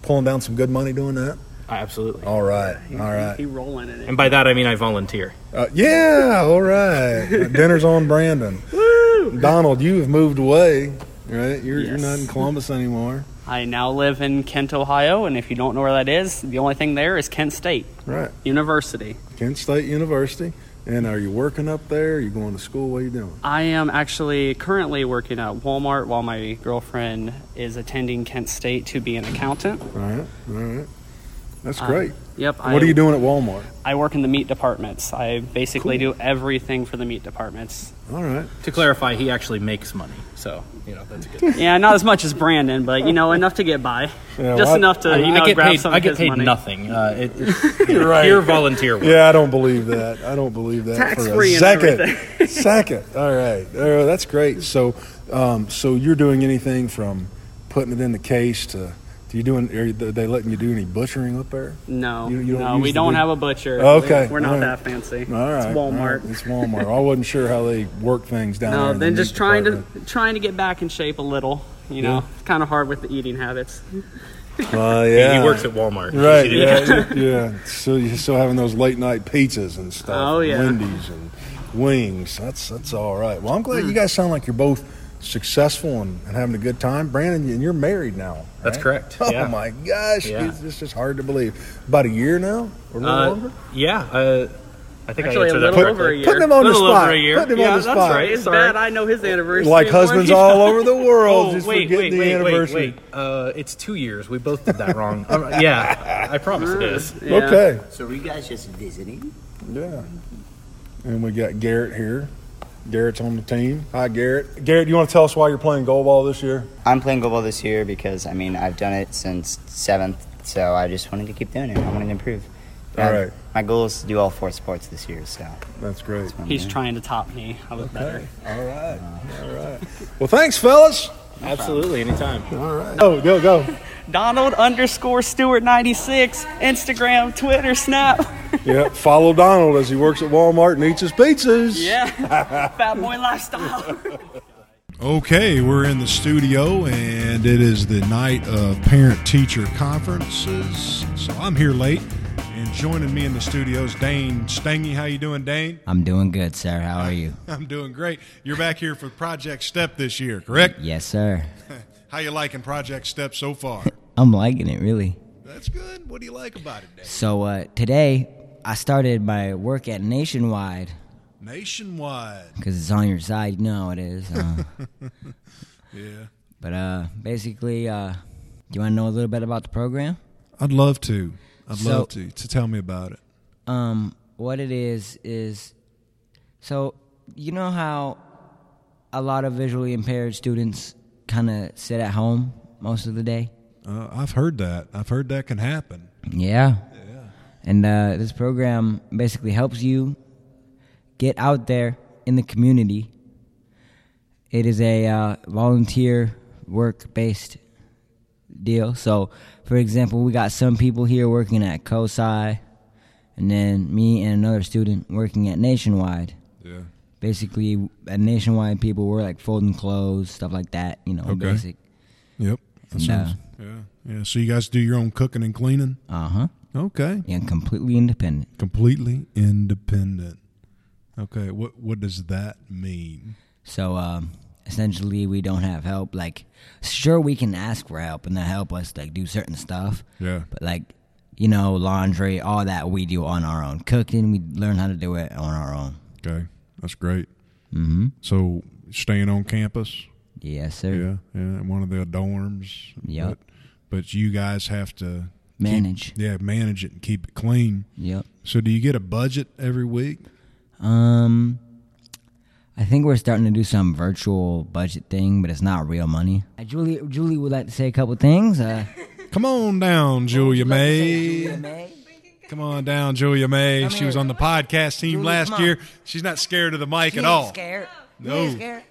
[SPEAKER 4] pulling down some good money doing that.
[SPEAKER 30] Absolutely.
[SPEAKER 4] All right. All right.
[SPEAKER 28] He rolling in it.
[SPEAKER 30] And by that, I mean I volunteer.
[SPEAKER 4] Uh, yeah, all right. Dinner's on Brandon. Donald, you have moved away, right? You're, you're not in
[SPEAKER 28] Yes.
[SPEAKER 4] Columbus anymore.
[SPEAKER 28] I now live in Kent, Ohio, and if you don't know where that is, the only thing there is Kent State
[SPEAKER 4] Right.
[SPEAKER 28] University.
[SPEAKER 4] Kent State University. And are you working up there? Are you going to school? What are you doing?
[SPEAKER 28] I am actually currently working at Walmart while my girlfriend is attending Kent State to be an accountant.
[SPEAKER 4] All right. All right. That's
[SPEAKER 28] Uh,
[SPEAKER 4] great.
[SPEAKER 28] yep,
[SPEAKER 4] What
[SPEAKER 28] I-
[SPEAKER 4] are you doing at Walmart?
[SPEAKER 28] I work in the meat departments. I basically do everything for the meat departments.
[SPEAKER 4] All right.
[SPEAKER 30] To clarify, he actually makes money. So, you know, that's a good
[SPEAKER 28] yeah, not as much as Brandon, but you know enough to get by.
[SPEAKER 30] Yeah,
[SPEAKER 28] Just
[SPEAKER 30] well, I-
[SPEAKER 28] enough to
[SPEAKER 30] I-
[SPEAKER 28] you
[SPEAKER 30] I
[SPEAKER 28] know
[SPEAKER 30] get
[SPEAKER 28] grab
[SPEAKER 30] paid-
[SPEAKER 28] some
[SPEAKER 30] I
[SPEAKER 28] of
[SPEAKER 30] get
[SPEAKER 28] his
[SPEAKER 30] paid
[SPEAKER 28] money.
[SPEAKER 30] nothing. Uh, it, it, you're right. Pure volunteer work.
[SPEAKER 4] Yeah, I don't believe that. I don't believe that
[SPEAKER 28] Tax
[SPEAKER 4] for a
[SPEAKER 28] free and
[SPEAKER 4] second. second. All right. All right. That's great. So, um, so you're doing anything from putting it in the case to. Do you doing? Are they letting you do any butchering up there?
[SPEAKER 28] No,
[SPEAKER 4] You- you don't
[SPEAKER 28] no,
[SPEAKER 4] use
[SPEAKER 28] we
[SPEAKER 4] the
[SPEAKER 28] don't
[SPEAKER 4] big- Oh,
[SPEAKER 28] have a butcher.
[SPEAKER 4] Okay,
[SPEAKER 28] we're not
[SPEAKER 4] all right.
[SPEAKER 28] that fancy.
[SPEAKER 4] All right,
[SPEAKER 28] it's
[SPEAKER 4] all
[SPEAKER 28] Walmart.
[SPEAKER 4] right. It's Walmart. I wasn't sure how they work things down there.
[SPEAKER 28] No,
[SPEAKER 4] in
[SPEAKER 28] then
[SPEAKER 4] the
[SPEAKER 28] just
[SPEAKER 4] meat
[SPEAKER 28] trying
[SPEAKER 4] department.
[SPEAKER 28] to trying to get back in shape a little. You know,
[SPEAKER 4] Yeah.
[SPEAKER 28] it's kind of hard with the eating habits.
[SPEAKER 4] Oh yeah.
[SPEAKER 30] He works at Walmart.
[SPEAKER 4] Right.
[SPEAKER 30] He
[SPEAKER 4] Yeah,
[SPEAKER 30] did.
[SPEAKER 4] yeah. So you're still having those late night pizzas and stuff.
[SPEAKER 28] Oh,
[SPEAKER 4] and
[SPEAKER 28] yeah.
[SPEAKER 4] Wendy's and wings. That's that's all right. Well, I'm glad
[SPEAKER 28] Hmm.
[SPEAKER 4] you guys sound like you're both successful and, and having a good time. Brandon, and you're married now.
[SPEAKER 30] That's
[SPEAKER 4] right?
[SPEAKER 30] correct,
[SPEAKER 4] Oh
[SPEAKER 30] yeah.
[SPEAKER 4] my gosh,
[SPEAKER 30] Yeah.
[SPEAKER 4] it's, it's just hard to believe. About a year now or a little
[SPEAKER 30] Uh,
[SPEAKER 4] longer.
[SPEAKER 30] yeah. Uh, I think
[SPEAKER 28] Actually,
[SPEAKER 30] I
[SPEAKER 28] a
[SPEAKER 30] answered
[SPEAKER 28] little
[SPEAKER 30] that
[SPEAKER 28] over a
[SPEAKER 30] correctly.
[SPEAKER 28] year.
[SPEAKER 4] Putting him on the
[SPEAKER 30] Little over
[SPEAKER 4] spot.
[SPEAKER 30] a year.
[SPEAKER 4] Putting him
[SPEAKER 30] yeah,
[SPEAKER 4] on the
[SPEAKER 30] that's
[SPEAKER 4] spot.
[SPEAKER 30] Right.
[SPEAKER 28] It's
[SPEAKER 30] Sorry.
[SPEAKER 28] bad. I know his anniversary.
[SPEAKER 4] Like
[SPEAKER 28] more
[SPEAKER 4] husbands
[SPEAKER 28] than-
[SPEAKER 4] all over the
[SPEAKER 28] Oh,
[SPEAKER 4] world just
[SPEAKER 30] Oh, wait,
[SPEAKER 4] forgetting
[SPEAKER 30] wait,
[SPEAKER 4] the
[SPEAKER 30] wait,
[SPEAKER 4] anniversary.
[SPEAKER 30] Wait, wait. Uh, it's two years. We both did that wrong. Um, yeah, I promise it is.
[SPEAKER 4] Yeah. Okay.
[SPEAKER 3] So were you guys just visiting?
[SPEAKER 4] Yeah. And we got Garrett here. Garrett's on the team. Hi, Garrett. Garrett, you want to tell us why you're playing goal ball this year?
[SPEAKER 3] I'm playing goalball this year because I mean I've done it since seventh, so I just wanted to keep doing it. I wanted to improve.
[SPEAKER 4] All
[SPEAKER 3] Uh,
[SPEAKER 4] right.
[SPEAKER 3] My goal is to do all four sports this year, so
[SPEAKER 4] that's great.
[SPEAKER 28] He's trying to top me. I was better.
[SPEAKER 4] All right. All right. Well, thanks, fellas.
[SPEAKER 30] Absolutely, anytime.
[SPEAKER 4] All right. Oh, go, go.
[SPEAKER 28] Donald underscore Stewart ninety six Instagram, Twitter, Snap.
[SPEAKER 4] yeah, follow Donald as he works at Walmart and eats his pizzas.
[SPEAKER 28] Yeah, fat boy lifestyle.
[SPEAKER 4] Okay, we're in the studio and it is the night of parent teacher conferences. So I'm here late and joining me in the studio is Dane Stangy. How you doing, Dane?
[SPEAKER 13] I'm doing good, sir. How are you?
[SPEAKER 4] I'm doing great. You're back here for Project Step this year, correct?
[SPEAKER 13] Yes, sir.
[SPEAKER 4] How you liking Project Step so far?
[SPEAKER 13] I'm liking it, really.
[SPEAKER 4] That's good. What do you like about it?
[SPEAKER 13] So uh, today, I started my work at Nationwide
[SPEAKER 4] Nationwide.
[SPEAKER 13] because it's on your side. You know it is. Uh,
[SPEAKER 4] Yeah.
[SPEAKER 13] but uh, basically, uh, do you want to know a little bit about the program?
[SPEAKER 4] I'd love to. I'd
[SPEAKER 13] So-
[SPEAKER 4] love to. To tell me about it.
[SPEAKER 13] Um, what it is is, so you know how a lot of visually impaired students kind of sit at home most of the day.
[SPEAKER 4] Uh, I've heard that. I've heard that can happen.
[SPEAKER 13] Yeah. And uh, this program basically helps you get out there in the community. It is a uh, volunteer work based deal. So, for example, we got some people here working at COSI, and then me and another student working at Nationwide.
[SPEAKER 4] Yeah.
[SPEAKER 13] Basically, at Nationwide, people were like folding clothes, stuff like that, you know,
[SPEAKER 4] Okay.
[SPEAKER 13] basic.
[SPEAKER 4] Yep.
[SPEAKER 13] And, uh,
[SPEAKER 4] yeah. Yeah. So you guys do your own cooking and cleaning?
[SPEAKER 13] Uh huh.
[SPEAKER 4] Okay.
[SPEAKER 13] And completely independent.
[SPEAKER 4] Completely independent. Okay. What what does that mean?
[SPEAKER 13] So um, essentially, we don't have help. Like, sure, we can ask for help and they help us like do certain stuff.
[SPEAKER 4] Yeah.
[SPEAKER 13] But like, you know, laundry, all that we do on our own. Cooking, we learn how to do it on our own.
[SPEAKER 4] Okay. That's great.
[SPEAKER 13] Mm-hmm.
[SPEAKER 4] So staying on campus.
[SPEAKER 13] Yes, sir.
[SPEAKER 4] Yeah. Yeah. in One of the dorms.
[SPEAKER 13] Yep.
[SPEAKER 4] But, but you guys have to keep-
[SPEAKER 13] Manage.
[SPEAKER 4] yeah, manage it and keep it clean.
[SPEAKER 13] Yep.
[SPEAKER 4] So do you get a budget every week?
[SPEAKER 13] Oh, Um, I think we're starting to do some virtual budget thing, but it's not real money. Uh, Julie, Julie would like to say a couple things. Uh,
[SPEAKER 4] Come on down, Julia
[SPEAKER 13] May.
[SPEAKER 4] Come on down, Julia May.
[SPEAKER 13] Come
[SPEAKER 4] she
[SPEAKER 13] here.
[SPEAKER 4] was on the podcast team
[SPEAKER 13] Julie,
[SPEAKER 4] last
[SPEAKER 13] come on.
[SPEAKER 4] year. She's not scared of the mic
[SPEAKER 13] She
[SPEAKER 4] at
[SPEAKER 13] ain't
[SPEAKER 4] all.
[SPEAKER 13] scared. You
[SPEAKER 4] No.
[SPEAKER 13] ain't scared.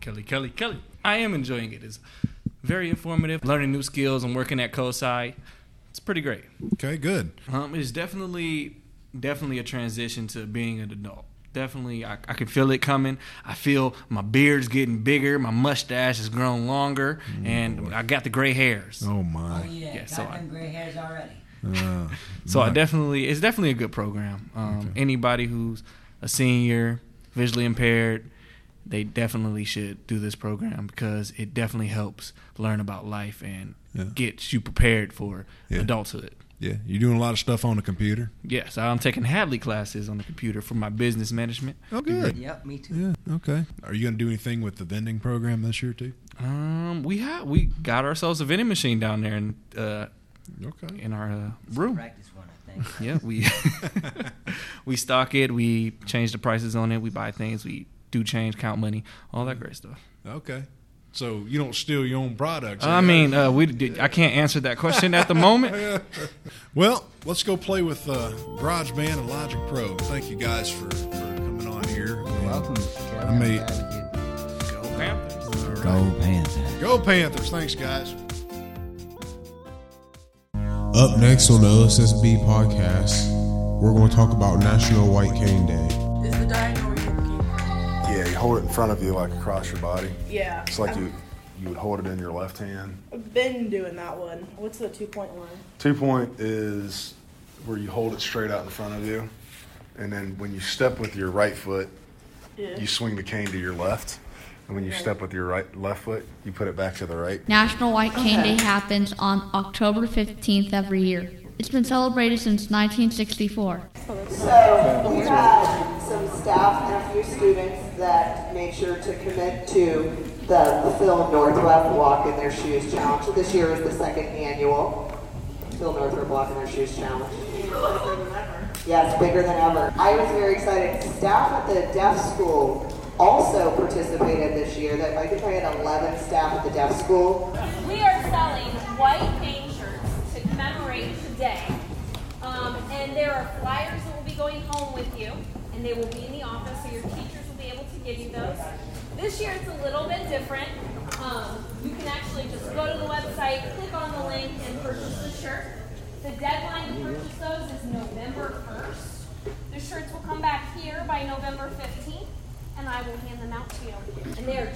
[SPEAKER 31] Kelly, Kelly, Kelly. I am enjoying it. It's very informative. Learning new skills and working at COSI. It's pretty great.
[SPEAKER 4] Okay, good.
[SPEAKER 14] Um, it's definitely definitely a transition to being an adult. Definitely, I, I can feel it coming. I feel my beard's getting bigger, my mustache has grown longer, and I got the gray hairs.
[SPEAKER 4] Mm, Oh my!
[SPEAKER 14] yeah, so I,
[SPEAKER 13] gray hairs already.
[SPEAKER 4] Uh,
[SPEAKER 14] so I definitely it's definitely a good program. Um, Anybody who's a senior, visually impaired, they definitely should do this program because it definitely helps learn about life and
[SPEAKER 4] Yeah.
[SPEAKER 14] gets you prepared for
[SPEAKER 4] Yeah.
[SPEAKER 14] adulthood.
[SPEAKER 4] yeah, you're doing a lot of stuff on the computer.
[SPEAKER 14] Yes, I'm taking Hadley classes on the computer for my business management.
[SPEAKER 4] Oh, good.
[SPEAKER 13] Yep, me too.
[SPEAKER 4] Yeah. Okay. Are you going to do anything with the vending program this year too?
[SPEAKER 14] Um, we had we got ourselves a vending machine down there in uh,
[SPEAKER 4] okay
[SPEAKER 14] in our uh, room.
[SPEAKER 13] Practice one, I think.
[SPEAKER 14] Yeah, we we stock it. We change the prices on it. We buy things. We do change count money. All that great stuff.
[SPEAKER 4] Okay. So you don't steal your own products.
[SPEAKER 14] I mean, uh, we did, I can't answer that question at the moment.
[SPEAKER 4] well, let's go play with uh, GarageBand and Logic Pro. Thank you guys for, for coming on here.
[SPEAKER 13] Welcome.
[SPEAKER 4] I mean,
[SPEAKER 14] Go Panthers.
[SPEAKER 13] Go Panther.
[SPEAKER 4] go Panthers. Thanks, guys.
[SPEAKER 2] Up next on the LSSB podcast, we're going to talk about National White Cane Day.
[SPEAKER 32] Is the diagonal
[SPEAKER 7] Yeah, you hold it in front of you like across your body.
[SPEAKER 6] Yeah.
[SPEAKER 7] It's like
[SPEAKER 6] I've
[SPEAKER 7] you you would hold it in your left hand.
[SPEAKER 6] been doing that one. What's the two point one?
[SPEAKER 7] Two point is where you hold it straight out in front of you, and then when you step with your right foot,
[SPEAKER 6] Yeah.
[SPEAKER 7] you swing the cane to your left, and when you step with your right left foot, you put it back to the right.
[SPEAKER 33] National White Cane
[SPEAKER 6] Okay.
[SPEAKER 33] Day happens on October 15th every year. It's been celebrated since 1964.
[SPEAKER 16] So we have some staff and a few students that made sure to commit to the Phil Northrup Walk in Their Shoes Challenge. This year is the second annual Phil Northrup Walk in Their Shoes Challenge. Yes, bigger than ever. I was very excited. Staff at the deaf school also participated this year. That I think I had 11 staff at the deaf school.
[SPEAKER 17] We are selling white name shirts to commemorate today. Um, and there are flyers that will be going home with you, and they will be in the office, so your teachers will be able to give you those. This year it's a little bit different. Um, you can actually just go to the website, click on the link, and purchase the shirt. The deadline to purchase those is November 1st. The shirts will come back here by November 15th, and I will hand them out to you. And they are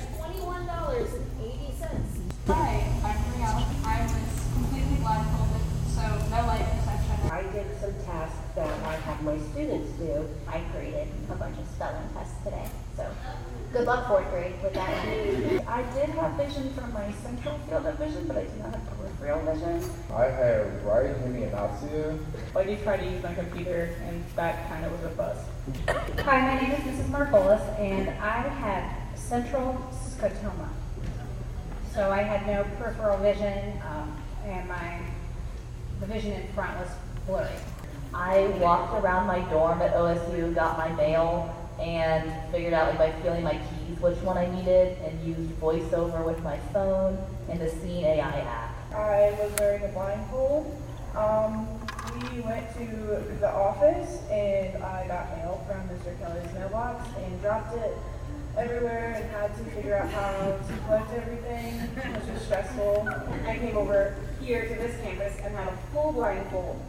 [SPEAKER 17] $21.80. Hi, I'm Brielle. I was completely blindfolded, so no light perception.
[SPEAKER 3] I did some tasks that I had my students do. I created a bunch of spelling tests today, so good luck fourth grade with that. I did have vision from my central field of vision, but I did not have peripheral vision.
[SPEAKER 34] I have right hemianopsia.
[SPEAKER 3] I do try to use my computer, and that kind of was a bust. Hi, my name is Mrs. Margolis, and I had central scotoma. So I had no peripheral vision, um, and my the vision in front was blurry.
[SPEAKER 15] I walked around my dorm at OSU, got my mail, and figured out like by feeling my keys which one I needed, and used VoiceOver with my phone and the Scene AI app.
[SPEAKER 3] I was wearing a blindfold. Um, we went to the office and I got mail from Mr. Kelly's mailbox and dropped it everywhere and had to figure out how to collect everything, which was stressful. I came over here to this campus and had a full blindfold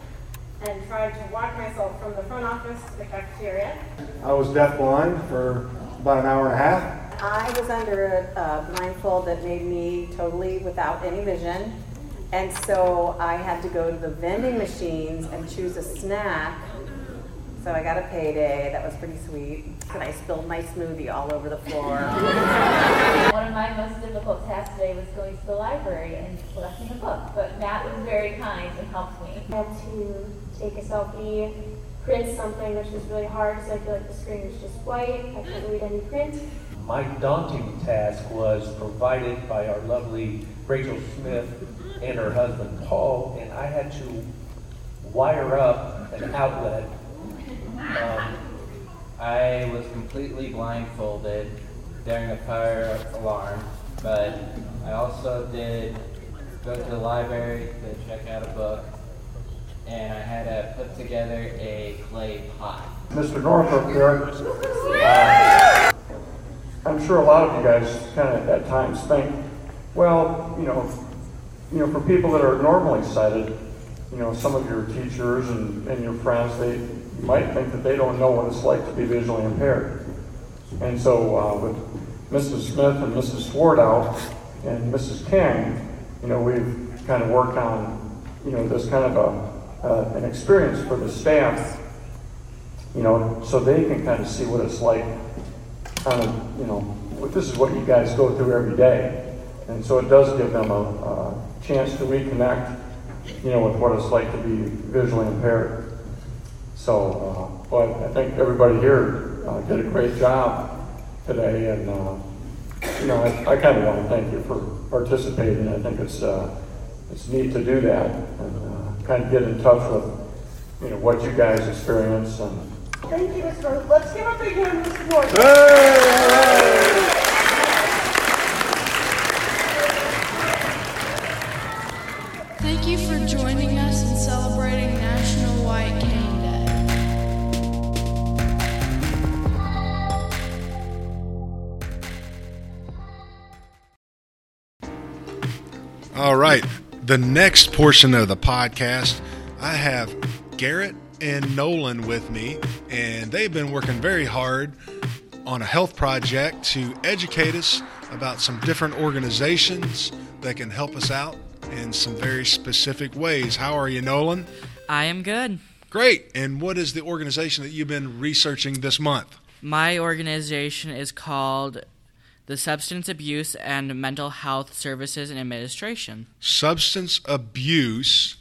[SPEAKER 3] and tried to walk myself from the front office to the cafeteria.
[SPEAKER 7] I was deafblind for about an hour and a half.
[SPEAKER 35] I was under a, a blindfold that made me totally without any vision. And so I had to go to the vending machines and choose a snack. So I got a payday. That was pretty sweet. And I spilled my smoothie all over the floor.
[SPEAKER 17] One of my most difficult tasks today was going to the library and selecting a book, but Matt was very kind and helped me.
[SPEAKER 3] I had to take a selfie, print something, which was really hard because I feel like the screen was just white. I couldn't read any print.
[SPEAKER 36] My daunting task was provided by our lovely Rachel Smith and her husband Paul, and I had to wire up an outlet.
[SPEAKER 5] Um, I was completely blindfolded during a fire alarm, but I also did go to the library to check out a book, and I had to put together a clay pot.
[SPEAKER 36] Mr. Northrop here, uh, I'm sure a lot of you guys kind of at times think, well, you know, you know, for people that are normally sighted, you know, some of your teachers and, and your friends, they you might think that they don't know what it's like to be visually impaired. And so uh, with Mrs. Smith and Mrs. Swardow and Mrs. King, you know, we've kind of worked on, you know, this kind of a, uh, an experience for the staff, you know, so they can kind of see what it's like, kind of, you know, what- this is what you guys go through every day. And so it does give them a, a chance to reconnect, you know, with what it's like to be visually impaired. So, uh, but I think everybody here uh, did a great job today, and uh, you know, I, I kind of want to thank you for participating. I think it's uh, it's neat to do that and uh, kind of get in touch with you know what you guys experience and.
[SPEAKER 3] Thank you, Mr. North. Let's give a big hand to Mr. North. Thank you for joining us in celebrating National White Cane Day.
[SPEAKER 4] All right. The next portion of the podcast, I have Garrett and Nolan with me, and they've been working very hard on a health project to educate us about some different organizations that can help us out in some very specific ways. How are you, Nolan?
[SPEAKER 24] I am good.
[SPEAKER 4] Great. And what is the organization that you've been researching this month?
[SPEAKER 24] My organization is called the Substance Abuse and Mental Health Services and Administration.
[SPEAKER 4] Substance abuse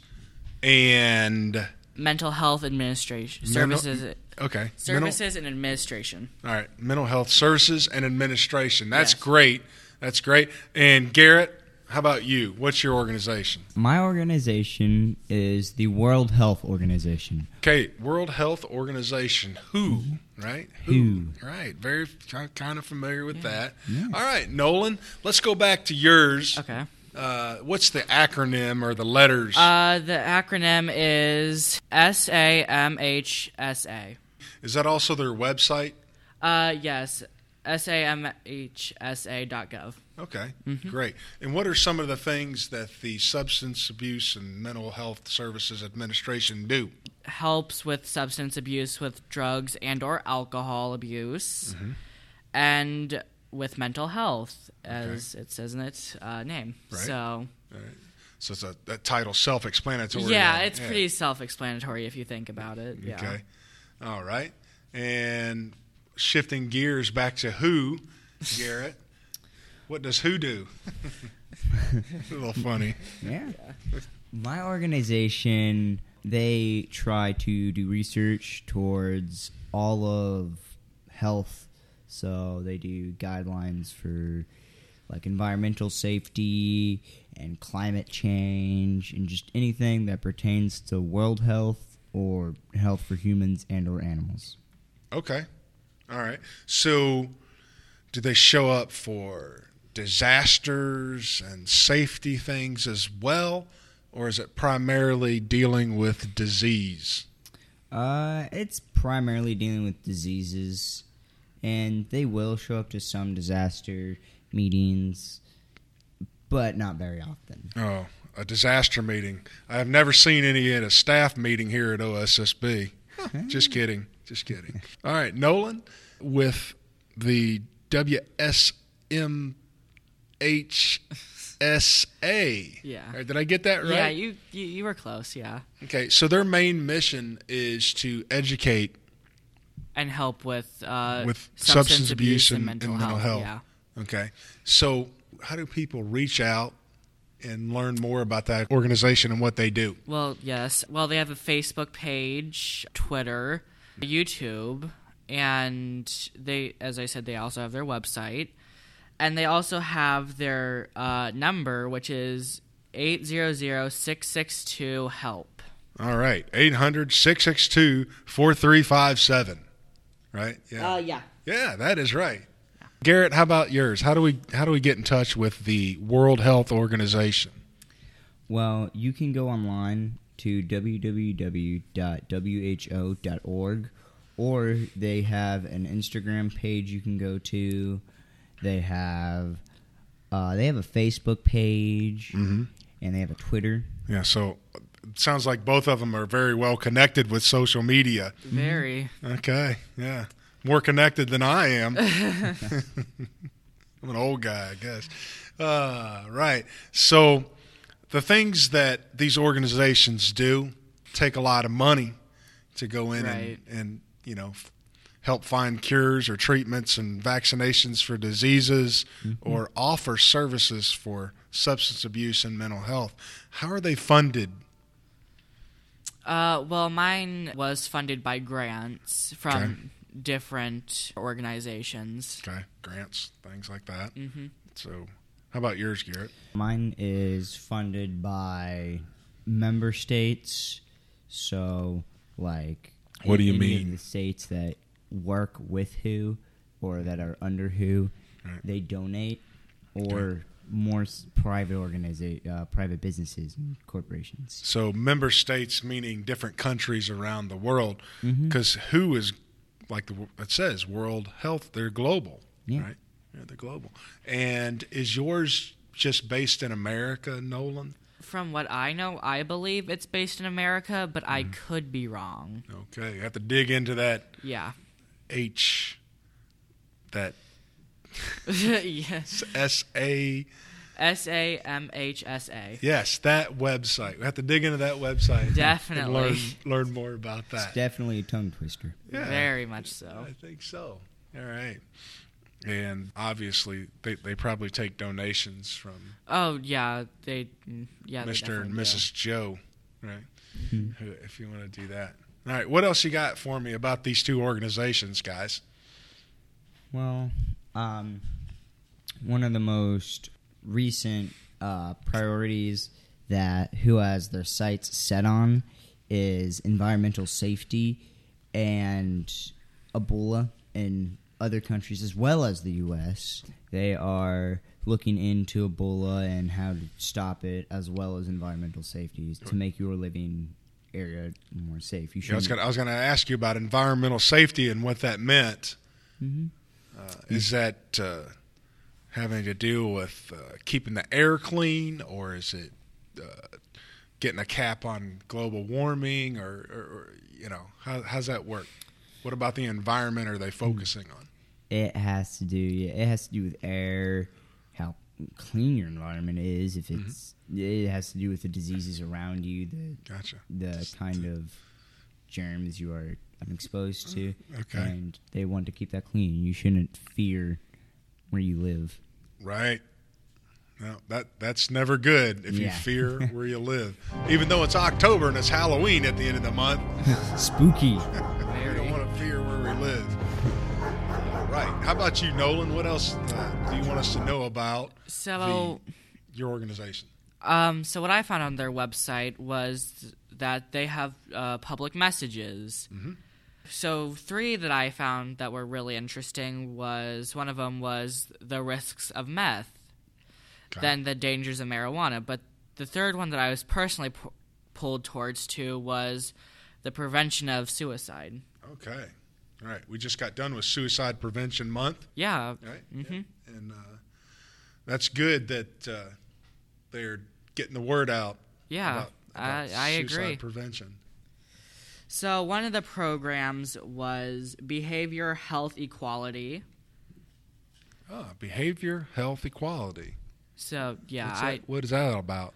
[SPEAKER 4] and
[SPEAKER 24] Mental Health Administration
[SPEAKER 4] Mental-
[SPEAKER 24] Services.
[SPEAKER 4] okay. Mental-
[SPEAKER 24] Services and Administration.
[SPEAKER 4] All right, mental health services and administration. That's great. That's great. And Garrett, how about you? What's your organization?
[SPEAKER 18] My organization is the World Health Organization.
[SPEAKER 4] Okay, World Health Organization. Who? Right.
[SPEAKER 18] Who?
[SPEAKER 4] Right. Very kind of familiar with that.
[SPEAKER 18] Yes.
[SPEAKER 4] All right, Nolan. Let's go back to yours.
[SPEAKER 24] Okay.
[SPEAKER 4] Uh, what's the acronym or the letters?
[SPEAKER 24] Uh, the acronym is S A M H S A.
[SPEAKER 4] Is that also their website?
[SPEAKER 24] Uh, yes, S A M H S A dot gov.
[SPEAKER 4] Okay, great. And what are some of the things that the Substance Abuse and Mental Health Services Administration do?
[SPEAKER 24] helps with substance abuse with drugs and or alcohol abuse
[SPEAKER 4] Mhm.
[SPEAKER 24] and with mental health as it says in its uh, name
[SPEAKER 4] Right.
[SPEAKER 24] so
[SPEAKER 4] All right. So it's a, that title self-explanatory.
[SPEAKER 24] yeah
[SPEAKER 4] now.
[SPEAKER 24] it's pretty self-explanatory if you think about it yeah
[SPEAKER 4] Okay. All right. And shifting gears back to who, Garrett. what does who do? a little funny.
[SPEAKER 18] Yeah. My organization, they try to do research towards all of health. So they do guidelines for like environmental safety and climate change and just anything that pertains to world health or health for humans and or animals.
[SPEAKER 4] Okay. All right. So, do they show up for disasters and safety things as well, or is it primarily dealing with disease?
[SPEAKER 18] Uh, it's primarily dealing with diseases, and they will show up to some disaster meetings, but not very often.
[SPEAKER 4] Oh, a disaster meeting. I have never seen any at a staff meeting here at OSSB. Just kidding. Just kidding. All right, Nolan, with the WSMH NSA.
[SPEAKER 24] Yeah.
[SPEAKER 4] Right, did I get that right?
[SPEAKER 24] Yeah, you, you you were close. Yeah,
[SPEAKER 4] Okay, so their main mission is to educate
[SPEAKER 24] and help with uh,
[SPEAKER 4] with substance abuse and,
[SPEAKER 24] mental,
[SPEAKER 4] and mental
[SPEAKER 24] health.
[SPEAKER 4] health. Okay, so how do people reach out and learn more about that organization and what they do?
[SPEAKER 24] Yeah. Well, yes. Well, they have a Facebook page, Twitter, YouTube, and they, as I said, they also have their website, and they also have their uh, number, which is eight zero zero six six two help.
[SPEAKER 4] All right, 800 662 4357. Right?
[SPEAKER 24] Uh, yeah.
[SPEAKER 4] Yeah, that is right. Garrett, how about yours? How do we how do we get in touch with the World Health Organization?
[SPEAKER 18] Well, you can go online to www.who.org or they have an Instagram page you can go to. They have uh, they have a Facebook page and they have a Twitter.
[SPEAKER 4] Mm-hmm. Yeah, so it sounds like both of them are very well connected with social media.
[SPEAKER 24] Very.
[SPEAKER 4] Okay, yeah. More connected than I am. I'm an old guy, I guess. Uh, right. So the things that these organizations do take a lot of money to go in
[SPEAKER 24] Right.
[SPEAKER 4] and, and you know f- help find cures or treatments and vaccinations for diseases or offer services for substance abuse and mental health. How are they funded?
[SPEAKER 24] Uh, well, mine was funded by grants from
[SPEAKER 4] Okay.
[SPEAKER 24] different organizations.
[SPEAKER 4] Okay, grants, things like that.
[SPEAKER 24] Mm-hmm.
[SPEAKER 4] So, how about yours, Garrett?
[SPEAKER 18] Mine is funded by member states. So, like,
[SPEAKER 4] What do you
[SPEAKER 18] any of
[SPEAKER 4] mean?
[SPEAKER 18] The states that work with WHO or that are under WHO, they donate, or more s- private organiza- uh, private businesses and corporations.
[SPEAKER 4] So, member states meaning different countries around the world,
[SPEAKER 18] Mhm.
[SPEAKER 4] because WHO is, like the, it says, World Health. They're global,
[SPEAKER 18] Yeah.
[SPEAKER 4] right? Yeah, they're global. And is yours just based in America, Nolan?
[SPEAKER 24] From what I know, I believe it's based in America, but I could be wrong.
[SPEAKER 4] Mm-hmm. Okay, you have to dig into that
[SPEAKER 24] Yeah.
[SPEAKER 4] H, that
[SPEAKER 24] yes.
[SPEAKER 4] S A.
[SPEAKER 24] S A M H S A.
[SPEAKER 4] Yes, that website. We have to dig into that website.
[SPEAKER 24] Definitely.
[SPEAKER 4] And learn, learn more about that.
[SPEAKER 18] It's definitely a tongue twister.
[SPEAKER 4] Yeah.
[SPEAKER 24] Very much so.
[SPEAKER 4] I think so. All right. And obviously, they, they probably take donations from
[SPEAKER 24] Oh yeah, they mm, yeah. they
[SPEAKER 4] Mr. and
[SPEAKER 24] definitely do.
[SPEAKER 4] Mrs. Joe, right? Who- If you want to do that. All right. What else you got for me about these two organizations, guys?
[SPEAKER 18] Well, um, one of the most recent uh, priorities that WHO has their sights set on is environmental safety and Ebola in other countries as well as the U.S. They are looking into Ebola and how to stop it as well as environmental safety to make your living area more safe. You
[SPEAKER 4] Yeah, I was
[SPEAKER 18] shouldn't-
[SPEAKER 4] gonna I was going to ask you about environmental safety and what that meant. Uh, is that uh, having to do with uh, keeping the air clean, or is it uh, getting a cap on global warming, or, or, or you know, how, how's that work? What about the environment are they focusing on?
[SPEAKER 18] It has to do. Yeah, it has to do with air, how clean your environment is. If
[SPEAKER 4] Mm-hmm.
[SPEAKER 18] it's, it has to do with the diseases around you. The
[SPEAKER 4] gotcha.
[SPEAKER 18] The kind of germs you are exposed to.
[SPEAKER 4] Okay.
[SPEAKER 18] And they want to keep that clean. You shouldn't fear where you live.
[SPEAKER 4] Right. No, that that's never good if you
[SPEAKER 18] Yeah.
[SPEAKER 4] fear where you live. Even though it's October and it's Halloween at the end of the month,
[SPEAKER 18] Spooky.
[SPEAKER 4] we don't want to fear where we live. All right. How about you, Nolan? What else uh, do you want us to know about
[SPEAKER 24] So-
[SPEAKER 4] the, your organization?
[SPEAKER 24] Um, so what I found on their website was that they have uh, public messages.
[SPEAKER 37] Mhm.
[SPEAKER 24] So three that I found that were really interesting was one of them was the risks of meth, then the dangers of marijuana. But the third one that I was personally pu- pulled towards to was the prevention of suicide.
[SPEAKER 4] Okay. All right. We just got done with Suicide Prevention Month.
[SPEAKER 24] Yeah.
[SPEAKER 4] Right.
[SPEAKER 24] Mm-hmm.
[SPEAKER 4] And uh, that's good that uh, they're getting the word out.
[SPEAKER 24] Yeah,
[SPEAKER 4] about- about
[SPEAKER 24] I- I
[SPEAKER 4] suicide
[SPEAKER 24] agree.
[SPEAKER 4] Prevention.
[SPEAKER 24] So one of the programs was behavior health equality.
[SPEAKER 4] Ah, behavior, health, equality.
[SPEAKER 24] So yeah,
[SPEAKER 4] What's
[SPEAKER 24] I
[SPEAKER 4] that- what is that all about?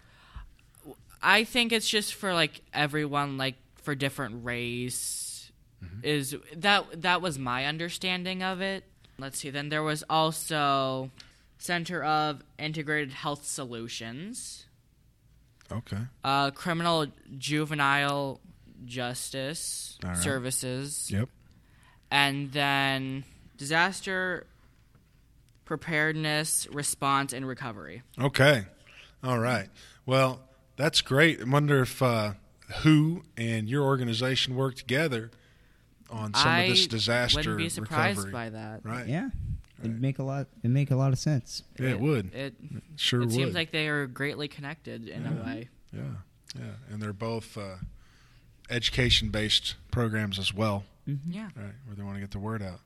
[SPEAKER 24] I think it's just for like everyone, like for different race.
[SPEAKER 4] Mm-hmm.
[SPEAKER 24] Is that that was my understanding of it? Let's see. Then there was also Center of Integrated Health Solutions,
[SPEAKER 4] Okay.
[SPEAKER 24] uh, Criminal Juvenile Justice
[SPEAKER 4] All right.
[SPEAKER 24] Services.
[SPEAKER 4] Yep.
[SPEAKER 24] And then Disaster Preparedness, Response, and Recovery.
[SPEAKER 4] Okay. All right. Well, that's great. I wonder if uh, who and your organization work together on some
[SPEAKER 24] I
[SPEAKER 4] of this disaster
[SPEAKER 24] wouldn't be surprised
[SPEAKER 4] recovery.
[SPEAKER 24] by that.
[SPEAKER 4] Right.
[SPEAKER 18] Yeah. It'd make a lot it'd make a lot of sense.
[SPEAKER 4] Yeah, it, would.
[SPEAKER 24] It
[SPEAKER 4] sure
[SPEAKER 24] It
[SPEAKER 4] would. Mm-hmm.
[SPEAKER 24] seems like they are greatly connected in
[SPEAKER 4] Yeah.
[SPEAKER 24] a way.
[SPEAKER 4] yeah. Yeah. And they're both uh, education based programs as well.
[SPEAKER 18] Mm-hmm.
[SPEAKER 24] Yeah.
[SPEAKER 4] Right, where they want to get the word out.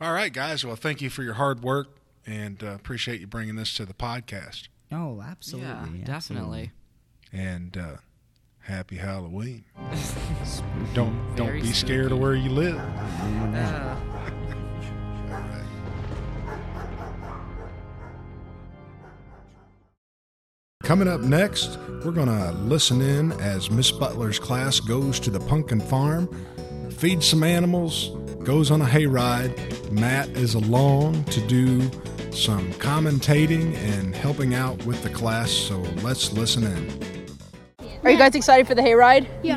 [SPEAKER 4] All right, guys. Well, thank you for your hard work and uh, appreciate you bringing this to the podcast.
[SPEAKER 18] Oh, absolutely. absolutely.
[SPEAKER 24] definitely.
[SPEAKER 4] And uh, happy Halloween. don't don't
[SPEAKER 24] Very Oh.
[SPEAKER 4] be scared of where you live. Coming up next, we're going to listen in as Miss Butler's class goes to the pumpkin farm, feeds some animals, goes on a hayride. Matt is along to do some commentating and helping out with the class, so let's listen in.
[SPEAKER 6] Are you guys excited for the hayride? Yeah.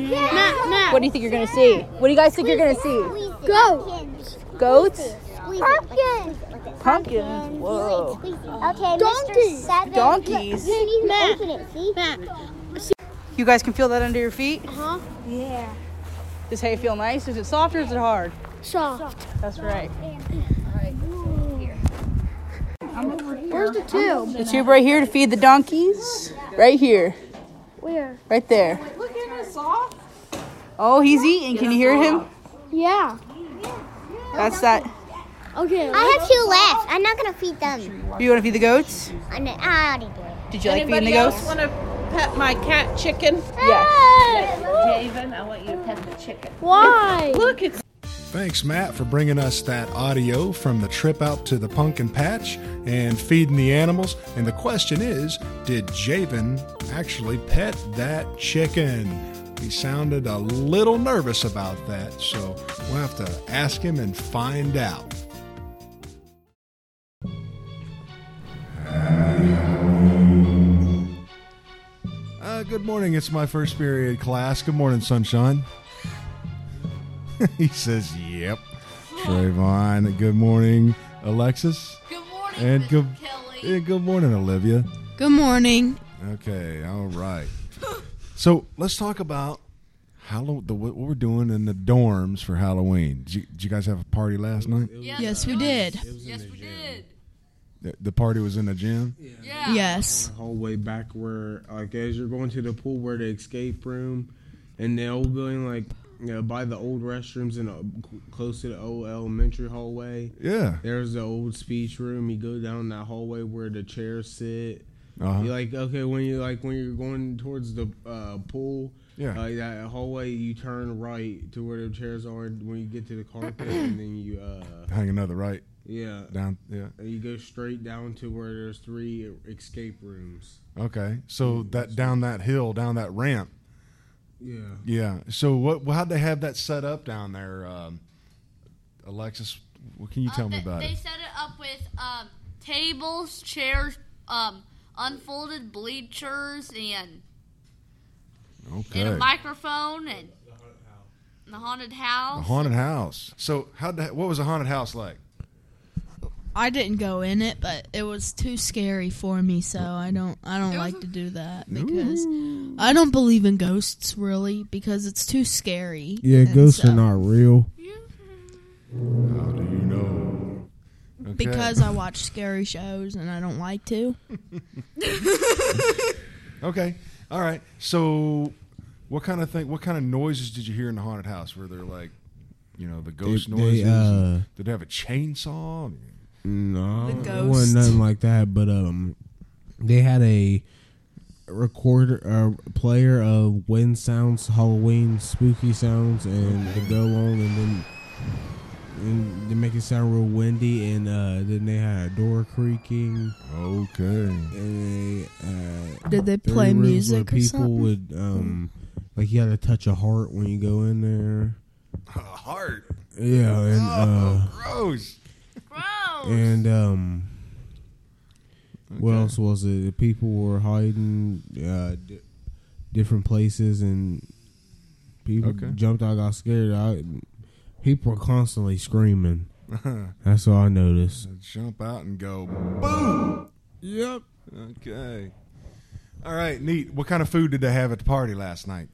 [SPEAKER 6] What do you think you're gonna see? What do you guys think you're gonna see?
[SPEAKER 3] Goats.
[SPEAKER 6] Goats?
[SPEAKER 3] Pumpkins.
[SPEAKER 6] Pumpkins. Whoa.
[SPEAKER 3] Okay, Mr.
[SPEAKER 6] Donkeys.
[SPEAKER 3] Seven.
[SPEAKER 6] Donkeys.
[SPEAKER 3] You need to open it, see?
[SPEAKER 6] You guys can feel that under your feet?
[SPEAKER 3] Huh? Yeah.
[SPEAKER 6] Does hay feel nice? Is it soft or is it hard?
[SPEAKER 3] Soft.
[SPEAKER 6] That's right.
[SPEAKER 3] Where's the tube?
[SPEAKER 6] The tube right here to feed the donkeys. Right here.
[SPEAKER 3] Where?
[SPEAKER 6] Right there.
[SPEAKER 3] Look at it soft.
[SPEAKER 6] Oh, he's eating. Can you hear him?
[SPEAKER 3] Yeah.
[SPEAKER 6] That's that.
[SPEAKER 3] Okay. I have two left. I'm not gonna feed them.
[SPEAKER 6] You want to feed the goats?
[SPEAKER 3] I'm not, I already did.
[SPEAKER 6] Did you like feeding the goats?
[SPEAKER 38] want to pet my cat chicken?
[SPEAKER 3] Yes.
[SPEAKER 38] Haven, I want you to pet the chicken.
[SPEAKER 3] Why?
[SPEAKER 38] Look, it's
[SPEAKER 4] Thanks, Matt, for bringing us that audio from the trip out to the pumpkin patch and feeding the animals. And the question is Did Javen actually pet that chicken? He sounded a little nervous about that, so we'll have to ask him and find out. Uh, good morning. It's my first period class. Good morning, sunshine. he says, "Yep." Trayvon, good morning, Alexis. Good morning, and good Kelly. And good morning, Olivia.
[SPEAKER 39] Good morning.
[SPEAKER 4] Okay, all right. so let's talk about Halloween. The, what we're doing in the dorms for Halloween. Did you, did you guys have a party last night?
[SPEAKER 39] Yes, we did.
[SPEAKER 2] Yes, we did.
[SPEAKER 4] The, the party was in the gym.
[SPEAKER 39] Yeah. Yes.
[SPEAKER 2] The whole way back where, like, as you're going to the pool where the escape room and the old building, like, you know, by the old restrooms and uh, close to the old elementary hallway.
[SPEAKER 4] Yeah.
[SPEAKER 2] There's the old speech room. You go down that hallway where the chairs sit.
[SPEAKER 4] Uh-huh.
[SPEAKER 2] You like okay when you like when you're going towards the uh, pool.
[SPEAKER 4] Yeah.
[SPEAKER 2] Uh, that hallway you turn right to where the chairs are when you get to the carpet and then you uh
[SPEAKER 4] Hanging to the right.
[SPEAKER 2] yeah.
[SPEAKER 4] Down. Yeah.
[SPEAKER 2] And you go straight down to where there's three escape rooms.
[SPEAKER 4] Okay. So that down that hill, down that ramp.
[SPEAKER 2] Yeah.
[SPEAKER 4] Yeah. So what? How'd they have that set up down there, um, Alexis? What can you tell me about
[SPEAKER 15] They
[SPEAKER 4] it?
[SPEAKER 15] set it up with um, tables, chairs, um, unfolded bleachers, and,
[SPEAKER 4] Okay.
[SPEAKER 15] and a microphone and the haunted
[SPEAKER 4] A
[SPEAKER 15] house.
[SPEAKER 4] haunted house. So how? What was a haunted house like?
[SPEAKER 39] I didn't go in it, but it was too scary for me, so I don't I don't like to do that because I don't believe in ghosts really because it's too scary.
[SPEAKER 2] Yeah,
[SPEAKER 39] and
[SPEAKER 2] ghosts
[SPEAKER 39] so-
[SPEAKER 2] are not real.
[SPEAKER 4] How do you know?
[SPEAKER 39] because I watch scary shows and I don't like to.
[SPEAKER 4] Okay. All right. So what kind of thing? What kind of noises did you hear in the haunted house? Were there like, you know, the ghost
[SPEAKER 2] they,
[SPEAKER 4] noises?
[SPEAKER 2] uh,
[SPEAKER 4] did they have a chainsaw? I mean,
[SPEAKER 2] No,
[SPEAKER 4] The
[SPEAKER 2] it wasn't
[SPEAKER 4] ghost.
[SPEAKER 2] nothing like that. But um, they had a recorder, uh, player of wind sounds, Halloween spooky sounds, and they go on, and then And they make it sound real windy, and uh, then they had a door creaking.
[SPEAKER 4] Okay.
[SPEAKER 2] And they, uh,
[SPEAKER 39] Did they
[SPEAKER 2] three
[SPEAKER 39] play
[SPEAKER 2] rooms where
[SPEAKER 39] music or
[SPEAKER 2] people
[SPEAKER 39] something?
[SPEAKER 2] would um, like you had to touch a heart when you go in there.
[SPEAKER 4] A heart.
[SPEAKER 2] Yeah, and
[SPEAKER 4] oh,
[SPEAKER 2] uh,
[SPEAKER 4] gross.
[SPEAKER 2] and um, what else was it? The people were hiding uh, di- different places, and people
[SPEAKER 4] Okay.
[SPEAKER 2] jumped out, got scared. I, people were constantly screaming. That's all I noticed.
[SPEAKER 4] Jump out and go boom.
[SPEAKER 2] Yep.
[SPEAKER 4] Okay. All right, neat. What kind of food did they have at the party last night?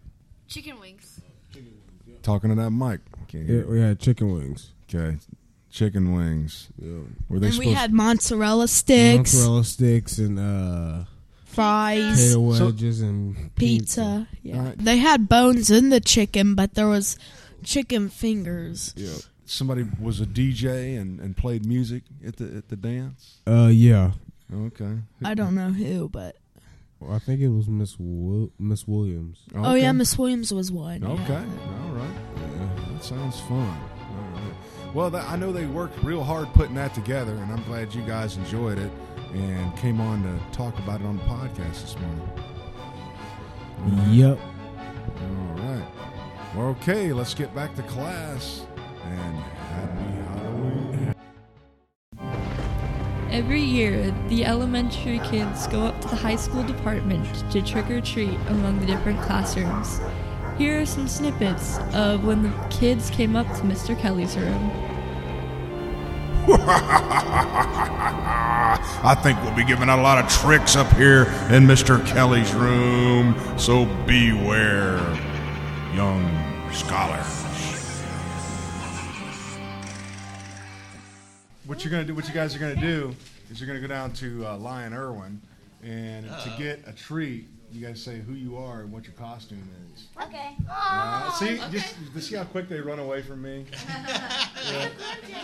[SPEAKER 23] Chicken wings. Chicken wings.
[SPEAKER 4] Talking to that mic. Can't hear
[SPEAKER 2] Yeah, we had chicken wings.
[SPEAKER 4] Okay, chicken wings. Were they
[SPEAKER 39] And we
[SPEAKER 4] supposed?
[SPEAKER 39] had mozzarella sticks,
[SPEAKER 2] mozzarella sticks, and uh,
[SPEAKER 39] fries,
[SPEAKER 2] potato wedges, and
[SPEAKER 39] pizza. Yeah,
[SPEAKER 4] Alright.
[SPEAKER 39] they had bones in the chicken, but there was chicken fingers.
[SPEAKER 4] Somebody was a DJ and, and played music at the at the dance.
[SPEAKER 2] uh, yeah.
[SPEAKER 4] Okay.
[SPEAKER 39] I don't know who, but
[SPEAKER 2] Well, I think it was Miss Wil- Miss Williams.
[SPEAKER 39] oh yeah, Miss Williams was one. yeah.
[SPEAKER 4] Okay. All right. That sounds fun. All right. Well, that, I know they worked real hard putting that together, and I'm glad you guys enjoyed it and came on to talk about it on the podcast this morning.
[SPEAKER 2] Yep.
[SPEAKER 4] All right. Well, okay. Let's get back to class and happy Halloween.
[SPEAKER 21] Every year, the elementary kids go up to the high school department to trick or treat among the different classrooms. Here are some snippets of when the kids came up to Mr. Kelly's room.
[SPEAKER 40] I think we'll be giving out a lot of tricks up here in Mr. Kelly's room, so beware, young scholars.
[SPEAKER 4] What you're gonna do? What you guys are gonna do is you're gonna go down to uh, Lion Irwin, and to get a treat, you guys say who you are and what your costume is.
[SPEAKER 3] Okay. Oh,
[SPEAKER 4] Uh, see, just to see how quick they run away from me. Yeah.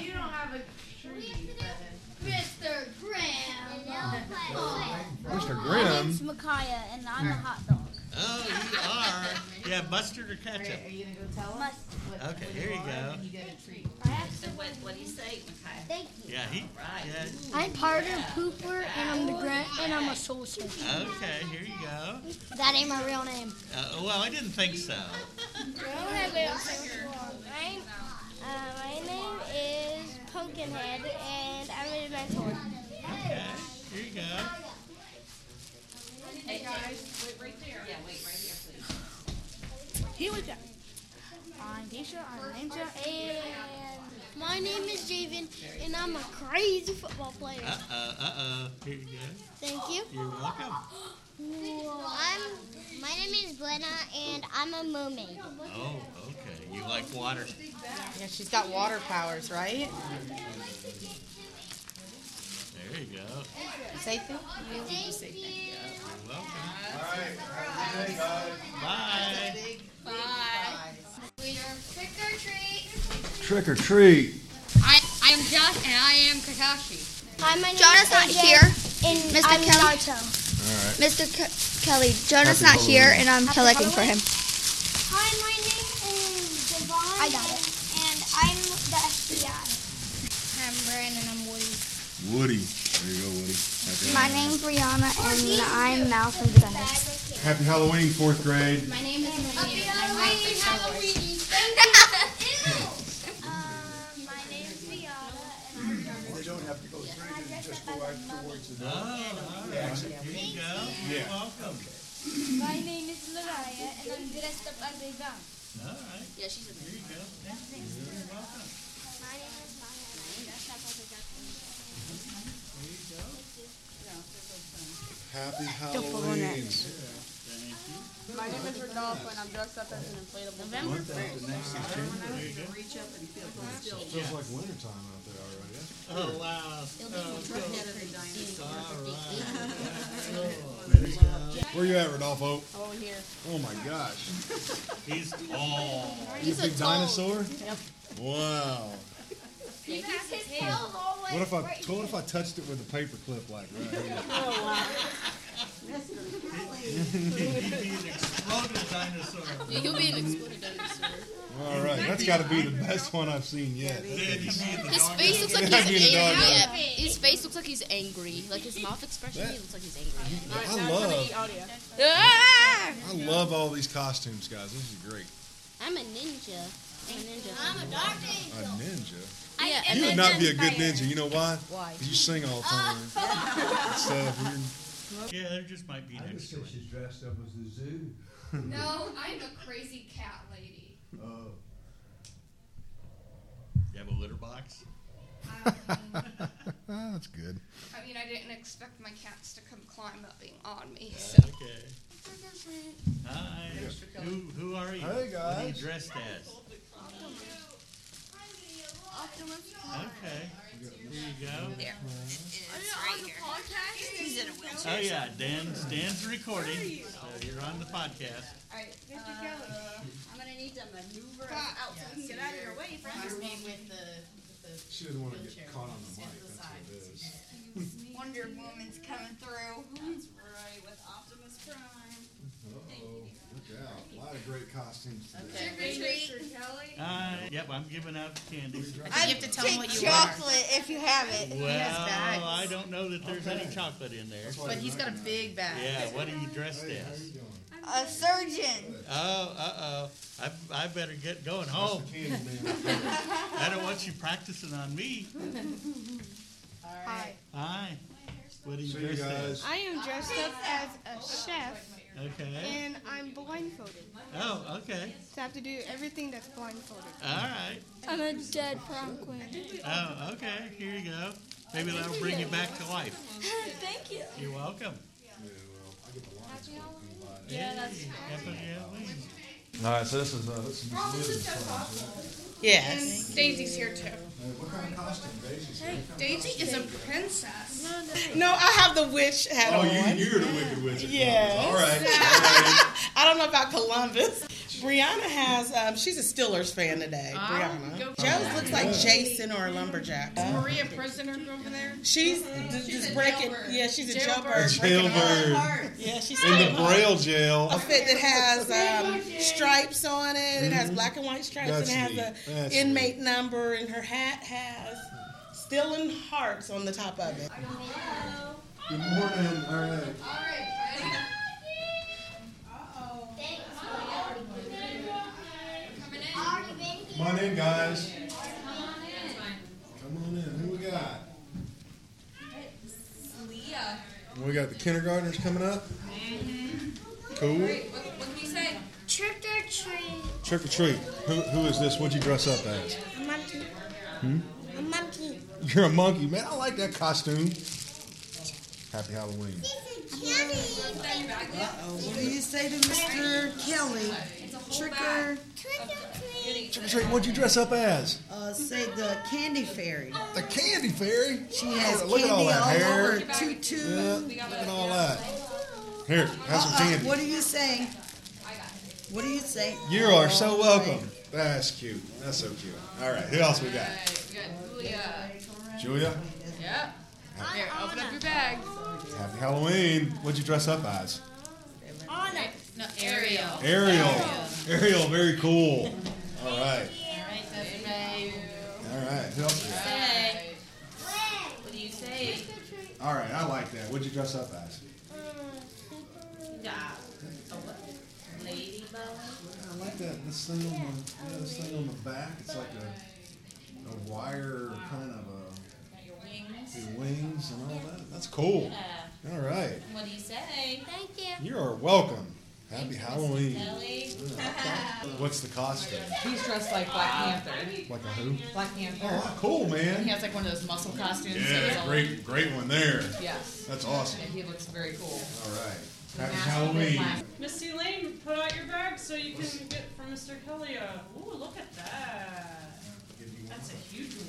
[SPEAKER 6] You don't have a tree.
[SPEAKER 3] Mr. Graham.
[SPEAKER 4] Mr. Grimm?
[SPEAKER 3] It's Micaiah, and I'm a hot dog.
[SPEAKER 41] Oh, you are. Yeah, mustard or ketchup?
[SPEAKER 6] Are you gonna go tell him?
[SPEAKER 41] Okay, here you go.
[SPEAKER 6] You get a treat.
[SPEAKER 41] So what, what do you say?
[SPEAKER 3] Thank you.
[SPEAKER 41] Yeah, he. Yeah.
[SPEAKER 3] I'm Carter Pooper, and I'm the Grant, and I'm a sausage.
[SPEAKER 41] Okay, here you go.
[SPEAKER 3] That ain't my real name.
[SPEAKER 41] Uh, well, I didn't think so.
[SPEAKER 3] Mine, uh, my name is Pumpkinhead, and I'm a dinosaur.
[SPEAKER 41] Okay, here you go.
[SPEAKER 2] Hey,
[SPEAKER 41] guys, wait right there. Yeah, wait right here, please.
[SPEAKER 3] Here we go. I'm Keisha, I'm Ninja, and my name is Javen, and I'm a crazy football player.
[SPEAKER 41] Uh oh, uh oh. Here you go.
[SPEAKER 3] Thank you.
[SPEAKER 41] You're welcome.
[SPEAKER 3] I'm, my name is Glenna, and I'm a mermaid.
[SPEAKER 41] Oh, okay. You like water.
[SPEAKER 6] Yeah, she's got water powers, right?
[SPEAKER 41] There you go.
[SPEAKER 6] Safe thing? You need to say thing.
[SPEAKER 41] You're welcome. Bye.
[SPEAKER 26] Leader, trick or treat.
[SPEAKER 4] Trick or treat.
[SPEAKER 26] I, I'm Josh and I am Kakashi.
[SPEAKER 3] Hi, my name
[SPEAKER 26] Jonah's
[SPEAKER 3] is
[SPEAKER 26] not
[SPEAKER 3] Isaiah,
[SPEAKER 26] here.
[SPEAKER 3] And
[SPEAKER 26] Mr.
[SPEAKER 3] I'm
[SPEAKER 26] Kelly?
[SPEAKER 3] Naruto.
[SPEAKER 4] All right.
[SPEAKER 26] Mr. Ke- Kelly, Jonah's
[SPEAKER 4] Happy
[SPEAKER 26] not here
[SPEAKER 4] Halloween.
[SPEAKER 26] and I'm
[SPEAKER 3] Happy
[SPEAKER 26] collecting for him.
[SPEAKER 3] Hi, my name is Devon. I got it. And I'm the FBI. I'm Brandon. I'm Woody.
[SPEAKER 4] Woody. There you go, Woody. Happy
[SPEAKER 3] My
[SPEAKER 4] Halloween.
[SPEAKER 3] name's Brianna, and I'm now from the
[SPEAKER 4] Happy Halloween, fourth grade.
[SPEAKER 26] My name is Maria.
[SPEAKER 3] Halloween,
[SPEAKER 41] Oh, You're welcome.
[SPEAKER 26] My name is Mariah and I'm dressed up as a dog.
[SPEAKER 41] All right.
[SPEAKER 26] Yeah, she's a
[SPEAKER 41] Here you go. You're welcome.
[SPEAKER 4] Happy
[SPEAKER 41] Don't fall on
[SPEAKER 4] Halloween.
[SPEAKER 6] My name is Rodolfo and I'm dressed up as an inflatable. November
[SPEAKER 4] Feels like wintertime out there already.
[SPEAKER 41] Oh, wow. Oh, cool. All right.
[SPEAKER 4] Where you at, Rodolfo?
[SPEAKER 6] Over here.
[SPEAKER 4] Oh my gosh.
[SPEAKER 41] He's tall.
[SPEAKER 4] He's a big dinosaur?
[SPEAKER 6] Yep.
[SPEAKER 4] Wow.
[SPEAKER 26] He's his tail
[SPEAKER 15] Oh,
[SPEAKER 26] all
[SPEAKER 4] What if I what if I touched it with a paper clip like right here?
[SPEAKER 15] Oh,
[SPEAKER 41] He'd be an exploded dinosaur.
[SPEAKER 26] He'll be an exploded dinosaur.
[SPEAKER 4] All right. That's got to be the best one I've seen yet.
[SPEAKER 15] His face looks like
[SPEAKER 4] I need
[SPEAKER 15] he's
[SPEAKER 4] a dog.
[SPEAKER 15] angry. Yeah, his face looks like he's angry. Like his mouth expression, he looks like he's angry.
[SPEAKER 4] I love,
[SPEAKER 15] Ah!
[SPEAKER 4] I love all these costumes, guys. This is great.
[SPEAKER 15] I'm a ninja. I'm a ninja. I'm a
[SPEAKER 4] A
[SPEAKER 15] doctor.
[SPEAKER 4] ninja.
[SPEAKER 15] Yeah.
[SPEAKER 4] You would not be a good ninja. You know why?
[SPEAKER 15] Why?
[SPEAKER 4] 'Cause You sing all the time.
[SPEAKER 15] Oh.
[SPEAKER 4] Stuff. You're-
[SPEAKER 41] Yeah, there just might be next to it.
[SPEAKER 42] She's dressed up as the zoo.
[SPEAKER 15] No, I'm a crazy cat lady.
[SPEAKER 42] Oh.
[SPEAKER 41] You have a litter box?
[SPEAKER 4] That's good.
[SPEAKER 15] I mean, I didn't expect my cats to come climbing on me. So.
[SPEAKER 41] Okay. Hi. Who, who are you?
[SPEAKER 15] Hey,
[SPEAKER 41] What are you
[SPEAKER 15] guys.
[SPEAKER 41] dressed as? Okay. Here you go.
[SPEAKER 15] There.
[SPEAKER 3] He's in a wheelchair.
[SPEAKER 41] Oh yeah, Dan. Dan's recording, so you're on the podcast.
[SPEAKER 3] Alright, Mr. Kelly, I'm gonna need to maneuver us out so we can get out of your way, friend. with the,
[SPEAKER 4] She doesn't want to get caught on the mic. That's what it is.
[SPEAKER 3] Wonder Woman's coming through. That's right, with Optimus Prime.
[SPEAKER 4] Uh-oh. Oh, Look out. A lot of great costumes today.
[SPEAKER 41] Uh, yep, I'm giving out candy.
[SPEAKER 43] chocolate if you have it. He has bags.
[SPEAKER 41] Well, I don't know that there's any chocolate in there.
[SPEAKER 43] But he's got a big bag.
[SPEAKER 41] Yeah, what are you dressed as?
[SPEAKER 43] A surgeon.
[SPEAKER 41] Oh, uh-oh. I, I better get going home. I don't want you practicing on me.
[SPEAKER 3] Hi.
[SPEAKER 41] Hi. What are you
[SPEAKER 4] See you
[SPEAKER 41] dressed
[SPEAKER 4] guys.
[SPEAKER 41] as?
[SPEAKER 3] I am dressed up as a chef
[SPEAKER 41] Okay.
[SPEAKER 3] and I'm blindfolded.
[SPEAKER 41] Oh, okay.
[SPEAKER 3] So I have to do everything that's blindfolded.
[SPEAKER 41] All right.
[SPEAKER 3] I'm a dead prom queen.
[SPEAKER 41] Oh, okay. Here you go. Maybe that'll bring you back to life.
[SPEAKER 3] Thank you.
[SPEAKER 41] You're welcome.
[SPEAKER 3] Yeah, that's-
[SPEAKER 41] Happy Halloween.
[SPEAKER 13] All right, so this is uh, this is
[SPEAKER 43] Yes.
[SPEAKER 3] And Daisy's here too.
[SPEAKER 4] What kind of costume, Daisy?
[SPEAKER 3] Daisy is a princess.
[SPEAKER 43] No, I have the witch hat
[SPEAKER 4] Oh,
[SPEAKER 43] on.
[SPEAKER 4] you, you're the wicked wizard.
[SPEAKER 43] Yes.
[SPEAKER 4] All right.
[SPEAKER 43] I don't know about Columbus. Brianna has, um, she's a Steelers fan today.
[SPEAKER 6] Ah,
[SPEAKER 43] Brianna. Joe's looks like Jason or a lumberjack.
[SPEAKER 6] Maria prisoner over there.
[SPEAKER 43] She's just breaking. Yeah, she's a jailbird.
[SPEAKER 4] A
[SPEAKER 43] breaking
[SPEAKER 4] jailbird.
[SPEAKER 43] all the- Yeah, she's
[SPEAKER 4] In the Braille
[SPEAKER 43] A
[SPEAKER 4] jail.
[SPEAKER 43] fit that has um, stripes on it. It has
[SPEAKER 4] Mhm.
[SPEAKER 43] black and white stripes,
[SPEAKER 4] That's
[SPEAKER 43] and it
[SPEAKER 4] neat.
[SPEAKER 43] has an
[SPEAKER 4] That's
[SPEAKER 43] inmate number. And her hat has stealing hearts on the top of it.
[SPEAKER 4] Good morning. All right. Come on in, guys. Come on in. Who we got?
[SPEAKER 15] Leah.
[SPEAKER 4] We got the kindergartners coming up. Cool.
[SPEAKER 15] what, what can you say? Trick or treat.
[SPEAKER 4] Trick or treat. Who, who is this? What'd you dress up as?
[SPEAKER 15] monkey.
[SPEAKER 4] Hmm?
[SPEAKER 41] Oh.
[SPEAKER 15] A monkey.
[SPEAKER 4] You're a monkey, man. I like that costume. Happy Halloween.
[SPEAKER 15] What
[SPEAKER 43] do you say to Mr. Kelly?
[SPEAKER 7] Tricker.
[SPEAKER 4] Trick or treat. What'd you dress up as?
[SPEAKER 7] Uh, say the candy fairy.
[SPEAKER 4] The candy fairy. Oh,
[SPEAKER 7] She has
[SPEAKER 4] Look
[SPEAKER 7] candy
[SPEAKER 4] at all
[SPEAKER 7] all,
[SPEAKER 4] that hair.
[SPEAKER 7] over her tutu.
[SPEAKER 4] Yeah, look at all that. Here, have some
[SPEAKER 7] Uh-uh,
[SPEAKER 4] candy.
[SPEAKER 7] What are you saying? What do you say?
[SPEAKER 4] You are so welcome. That's cute. That's so cute. All right, who else we got? Julia,
[SPEAKER 15] Yep. Here, open up your bag.
[SPEAKER 4] happy Halloween. What'd you dress up as?
[SPEAKER 15] Anna. No, Ariel.
[SPEAKER 4] Oh, Ariel. Ariel, very cool. All right, all right. Who else we got?
[SPEAKER 15] What do you say?
[SPEAKER 4] All right, I like that. What'd you dress up as? I like that. This thing on the yeah, this thing on the back. It's like a a wire kind of a the wings and all that. That's cool. All right,
[SPEAKER 15] What do you say? Thank you.
[SPEAKER 4] you are welcome. Happy Halloween.
[SPEAKER 15] Kelly.
[SPEAKER 4] What's the costume?
[SPEAKER 44] He's dressed like Black Panther.
[SPEAKER 4] Like a who?
[SPEAKER 44] Black Panther.
[SPEAKER 4] Oh, cool, man.
[SPEAKER 44] He has like one of those muscle costumes. so he's
[SPEAKER 4] Yeah,
[SPEAKER 44] all-
[SPEAKER 4] great, great one there.
[SPEAKER 44] Yes.
[SPEAKER 4] That's awesome.
[SPEAKER 44] And he looks very cool.
[SPEAKER 4] All right, happy Halloween.
[SPEAKER 28] Missy Lane, put out your bag so you can get from Mr. Kelly. a- Ooh, look at that. That's a huge one.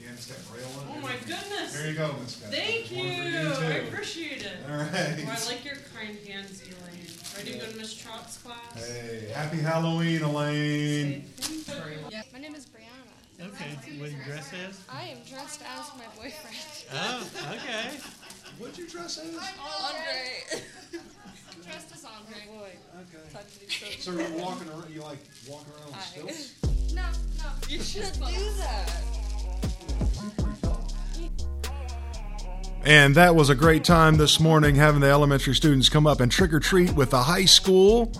[SPEAKER 4] You understand braille on
[SPEAKER 28] Oh
[SPEAKER 4] it?
[SPEAKER 28] my goodness.
[SPEAKER 4] There you go, Miss Scott.
[SPEAKER 28] Thank
[SPEAKER 4] One
[SPEAKER 28] you.
[SPEAKER 4] for you,
[SPEAKER 28] I
[SPEAKER 4] too.
[SPEAKER 28] appreciate it.
[SPEAKER 4] All right.
[SPEAKER 28] Oh, I like your kind hands, Elaine. I do go to Miss Trout's class.
[SPEAKER 4] Hey, happy Halloween, Elaine.
[SPEAKER 3] My name is Brianna.
[SPEAKER 41] Okay, what do you dress as?
[SPEAKER 3] I am dressed as my boyfriend.
[SPEAKER 41] Oh, okay.
[SPEAKER 4] What'd you dress as?
[SPEAKER 3] Andre. dressed
[SPEAKER 45] Oh,
[SPEAKER 3] as Andre. boy.
[SPEAKER 4] Okay. So you're walking around, you like walking around with stilts?
[SPEAKER 3] No,
[SPEAKER 45] You should do that.
[SPEAKER 4] And that was a great time this morning having the elementary students come up and trick or treat with the high school.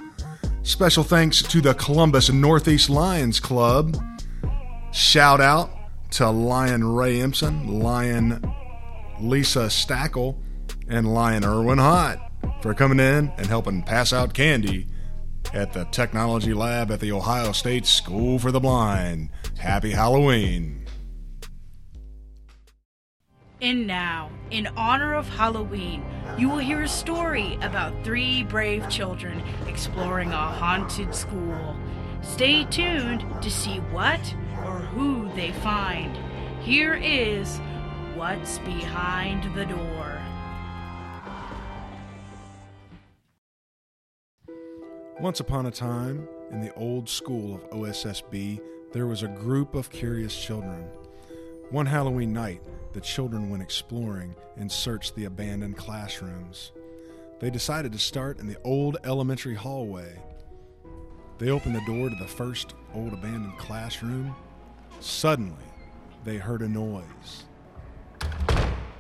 [SPEAKER 4] Special thanks to the Columbus Northeast Lions Club. Shout out to Lion Ray Empson, Lion Lisa Stackle, and Lion Irwin Hott for coming in and helping pass out candy at the Technology Lab at the Ohio State School for the Blind. Happy Halloween.
[SPEAKER 6] And now, in honor of Halloween, you will hear a story about three brave children exploring a haunted school. Stay tuned to see what or who they find. Here is What's Behind the Door.
[SPEAKER 4] Once upon a time, in the old school of OSSB, there was a group of curious children. One Halloween night, the children went exploring and searched the abandoned classrooms. They decided to start in the old elementary hallway. They opened the door to the first old abandoned classroom. Suddenly, they heard a noise.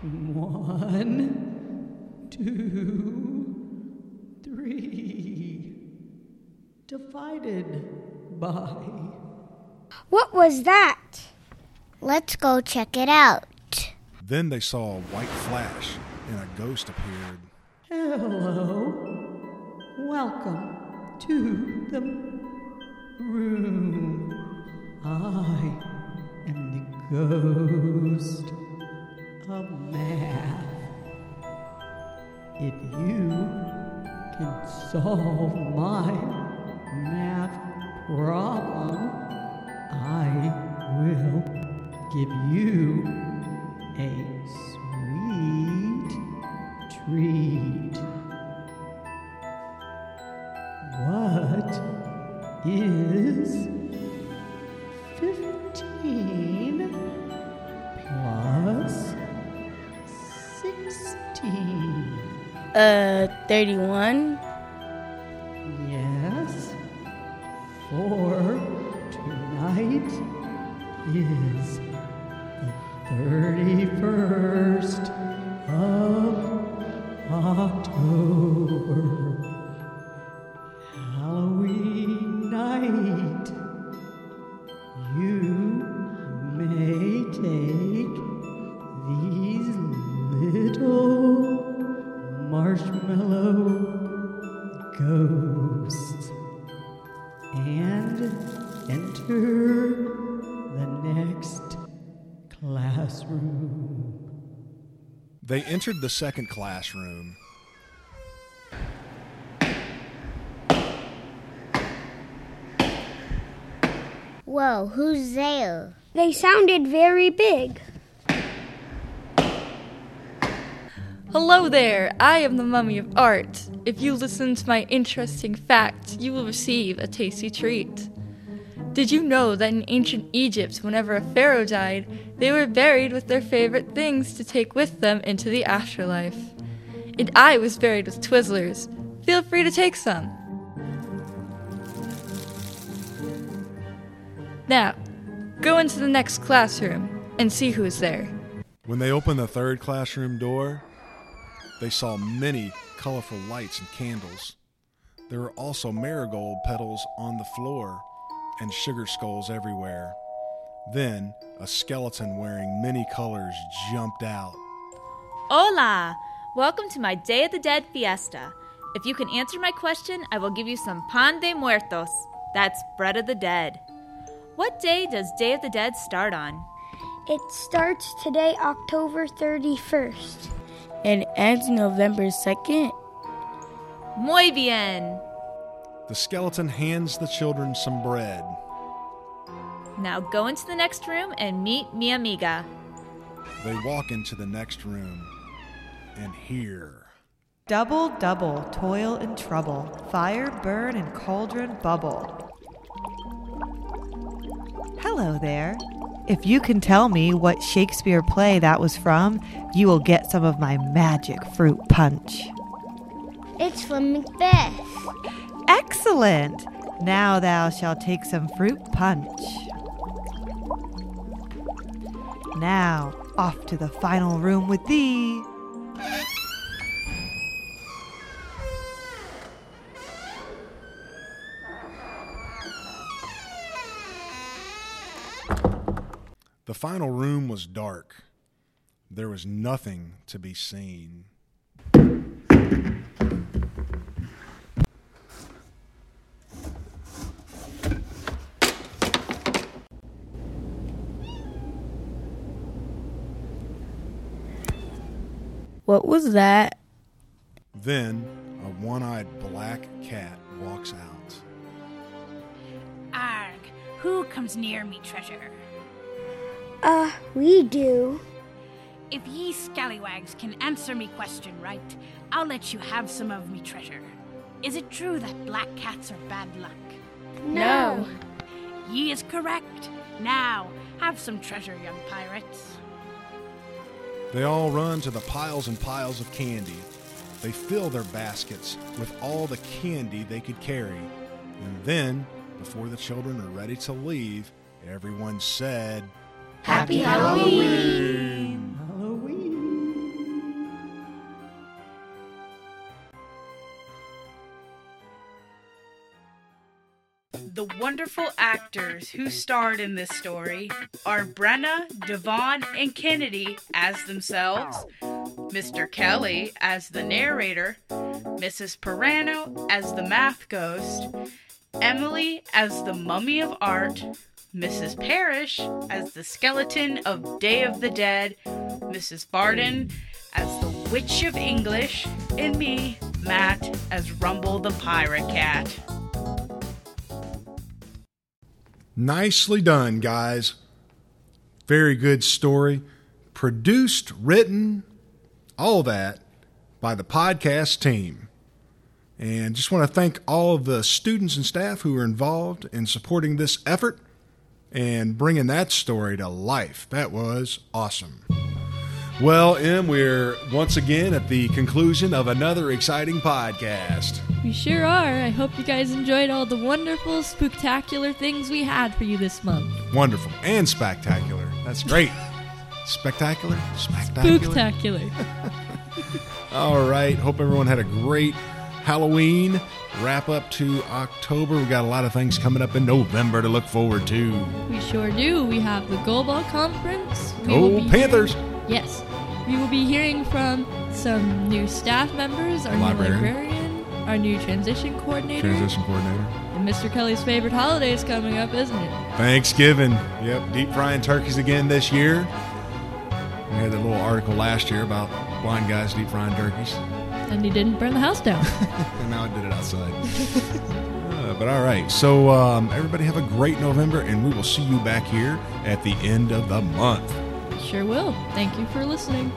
[SPEAKER 7] One, two, three. Divided by.
[SPEAKER 3] What was that? Let's go check it out.
[SPEAKER 4] Then they saw a white flash and a ghost appeared.
[SPEAKER 7] Hello. Welcome to the room. I am the ghost of math. If you can solve my math problem, I will give you a sweet treat. What is 15 plus 16?
[SPEAKER 39] Uh, 31.
[SPEAKER 7] Yes, for tonight is the 31st of October. Halloween night. You may take these little marshmallow ghosts and enter the next classroom.
[SPEAKER 4] They entered the second classroom.
[SPEAKER 3] Whoa, who's there? They sounded very big.
[SPEAKER 21] Hello there, I am the Mummy of Art. If you listen to my interesting fact, you will receive a tasty treat. Did you know that in ancient Egypt, whenever a pharaoh died, they were buried with their favorite things to take with them into the afterlife? And I was buried with Twizzlers. Feel free to take some. Now, go into the next classroom and see who is there.
[SPEAKER 4] When they opened the third classroom door, they saw many colorful lights and candles. There were also marigold petals on the floor and sugar skulls everywhere. Then, a skeleton wearing many colors jumped out.
[SPEAKER 29] Hola! Welcome to my Day of the Dead fiesta. If you can answer my question, I will give you some pan de muertos. That's bread of the dead. What day does Day of the Dead start on?
[SPEAKER 3] It starts today, October 31st.
[SPEAKER 39] And ends November 2nd.
[SPEAKER 29] Muy bien!
[SPEAKER 4] The skeleton hands the children some bread.
[SPEAKER 29] Now go into the next room and meet mi amiga.
[SPEAKER 4] They walk into the next room and hear.
[SPEAKER 20] Double, double, toil and trouble, fire, burn, and cauldron bubble. Hello there. If you can tell me what Shakespeare play that was from, you will get some of my magic fruit punch.
[SPEAKER 3] It's from Macbeth.
[SPEAKER 20] Excellent! Now thou shalt take some fruit punch. Now, off to the final room with thee.
[SPEAKER 4] The final room was dark. There was nothing to be seen.
[SPEAKER 39] What was that?
[SPEAKER 4] Then a one eyed black cat walks out.
[SPEAKER 6] Arg, who comes near me, treasure?
[SPEAKER 3] Uh, we do.
[SPEAKER 6] If ye scallywags can answer me question right, I'll let you have some of me treasure. Is it true that black cats are bad luck?
[SPEAKER 3] No.
[SPEAKER 6] Ye is correct. Now, have some treasure, young pirates.
[SPEAKER 4] They all run to the piles and piles of candy. They fill their baskets with all the candy they could carry. And then, before the children are ready to leave, everyone said,
[SPEAKER 7] Happy
[SPEAKER 4] Halloween!
[SPEAKER 6] The wonderful actors who starred in this story are Brenna, Devon, and Kennedy as themselves, Mr. Kelly as the narrator, Mrs. Pirano as the math ghost, Emily as the mummy of art, Mrs. Parrish as the skeleton of Day of the Dead, Mrs. Barden as the Witch of English, and me, Matt, as Rumble the Pirate Cat.
[SPEAKER 4] Nicely done, guys. Very good story. Produced, written, all that by the podcast team. And just want to thank all of the students and staff who were involved in supporting this effort and bringing that story to life. That was awesome. Well, Em, we're once again at the conclusion of another exciting podcast.
[SPEAKER 21] We sure are. I hope you guys enjoyed all the wonderful, spooktacular things we had for you this month.
[SPEAKER 4] Wonderful and spectacular. That's great. spectacular? Spectacular.
[SPEAKER 21] Spooktacular.
[SPEAKER 4] All right. Hope everyone had a great Halloween wrap up to October. We got a lot of things coming up in November to look forward to.
[SPEAKER 21] we sure do. We have the Goalball Conference. We
[SPEAKER 4] Go
[SPEAKER 21] will be
[SPEAKER 4] Panthers!
[SPEAKER 21] hearing- yes. We will be hearing from some new staff members, our new
[SPEAKER 4] Librarian.
[SPEAKER 21] librarian, our new transition coordinator,
[SPEAKER 4] Transition coordinator.
[SPEAKER 21] and Mr. Kelly's favorite holiday is coming up, isn't it?
[SPEAKER 4] Thanksgiving. Yep, deep frying turkeys again this year. We had that little article last year about blind guys deep frying turkeys,
[SPEAKER 21] And he didn't burn the house down.
[SPEAKER 4] and now I did it outside. Uh, but all right, so um, everybody have a great November, and we will see you back here at the end of the month.
[SPEAKER 21] sure will. Thank you for listening.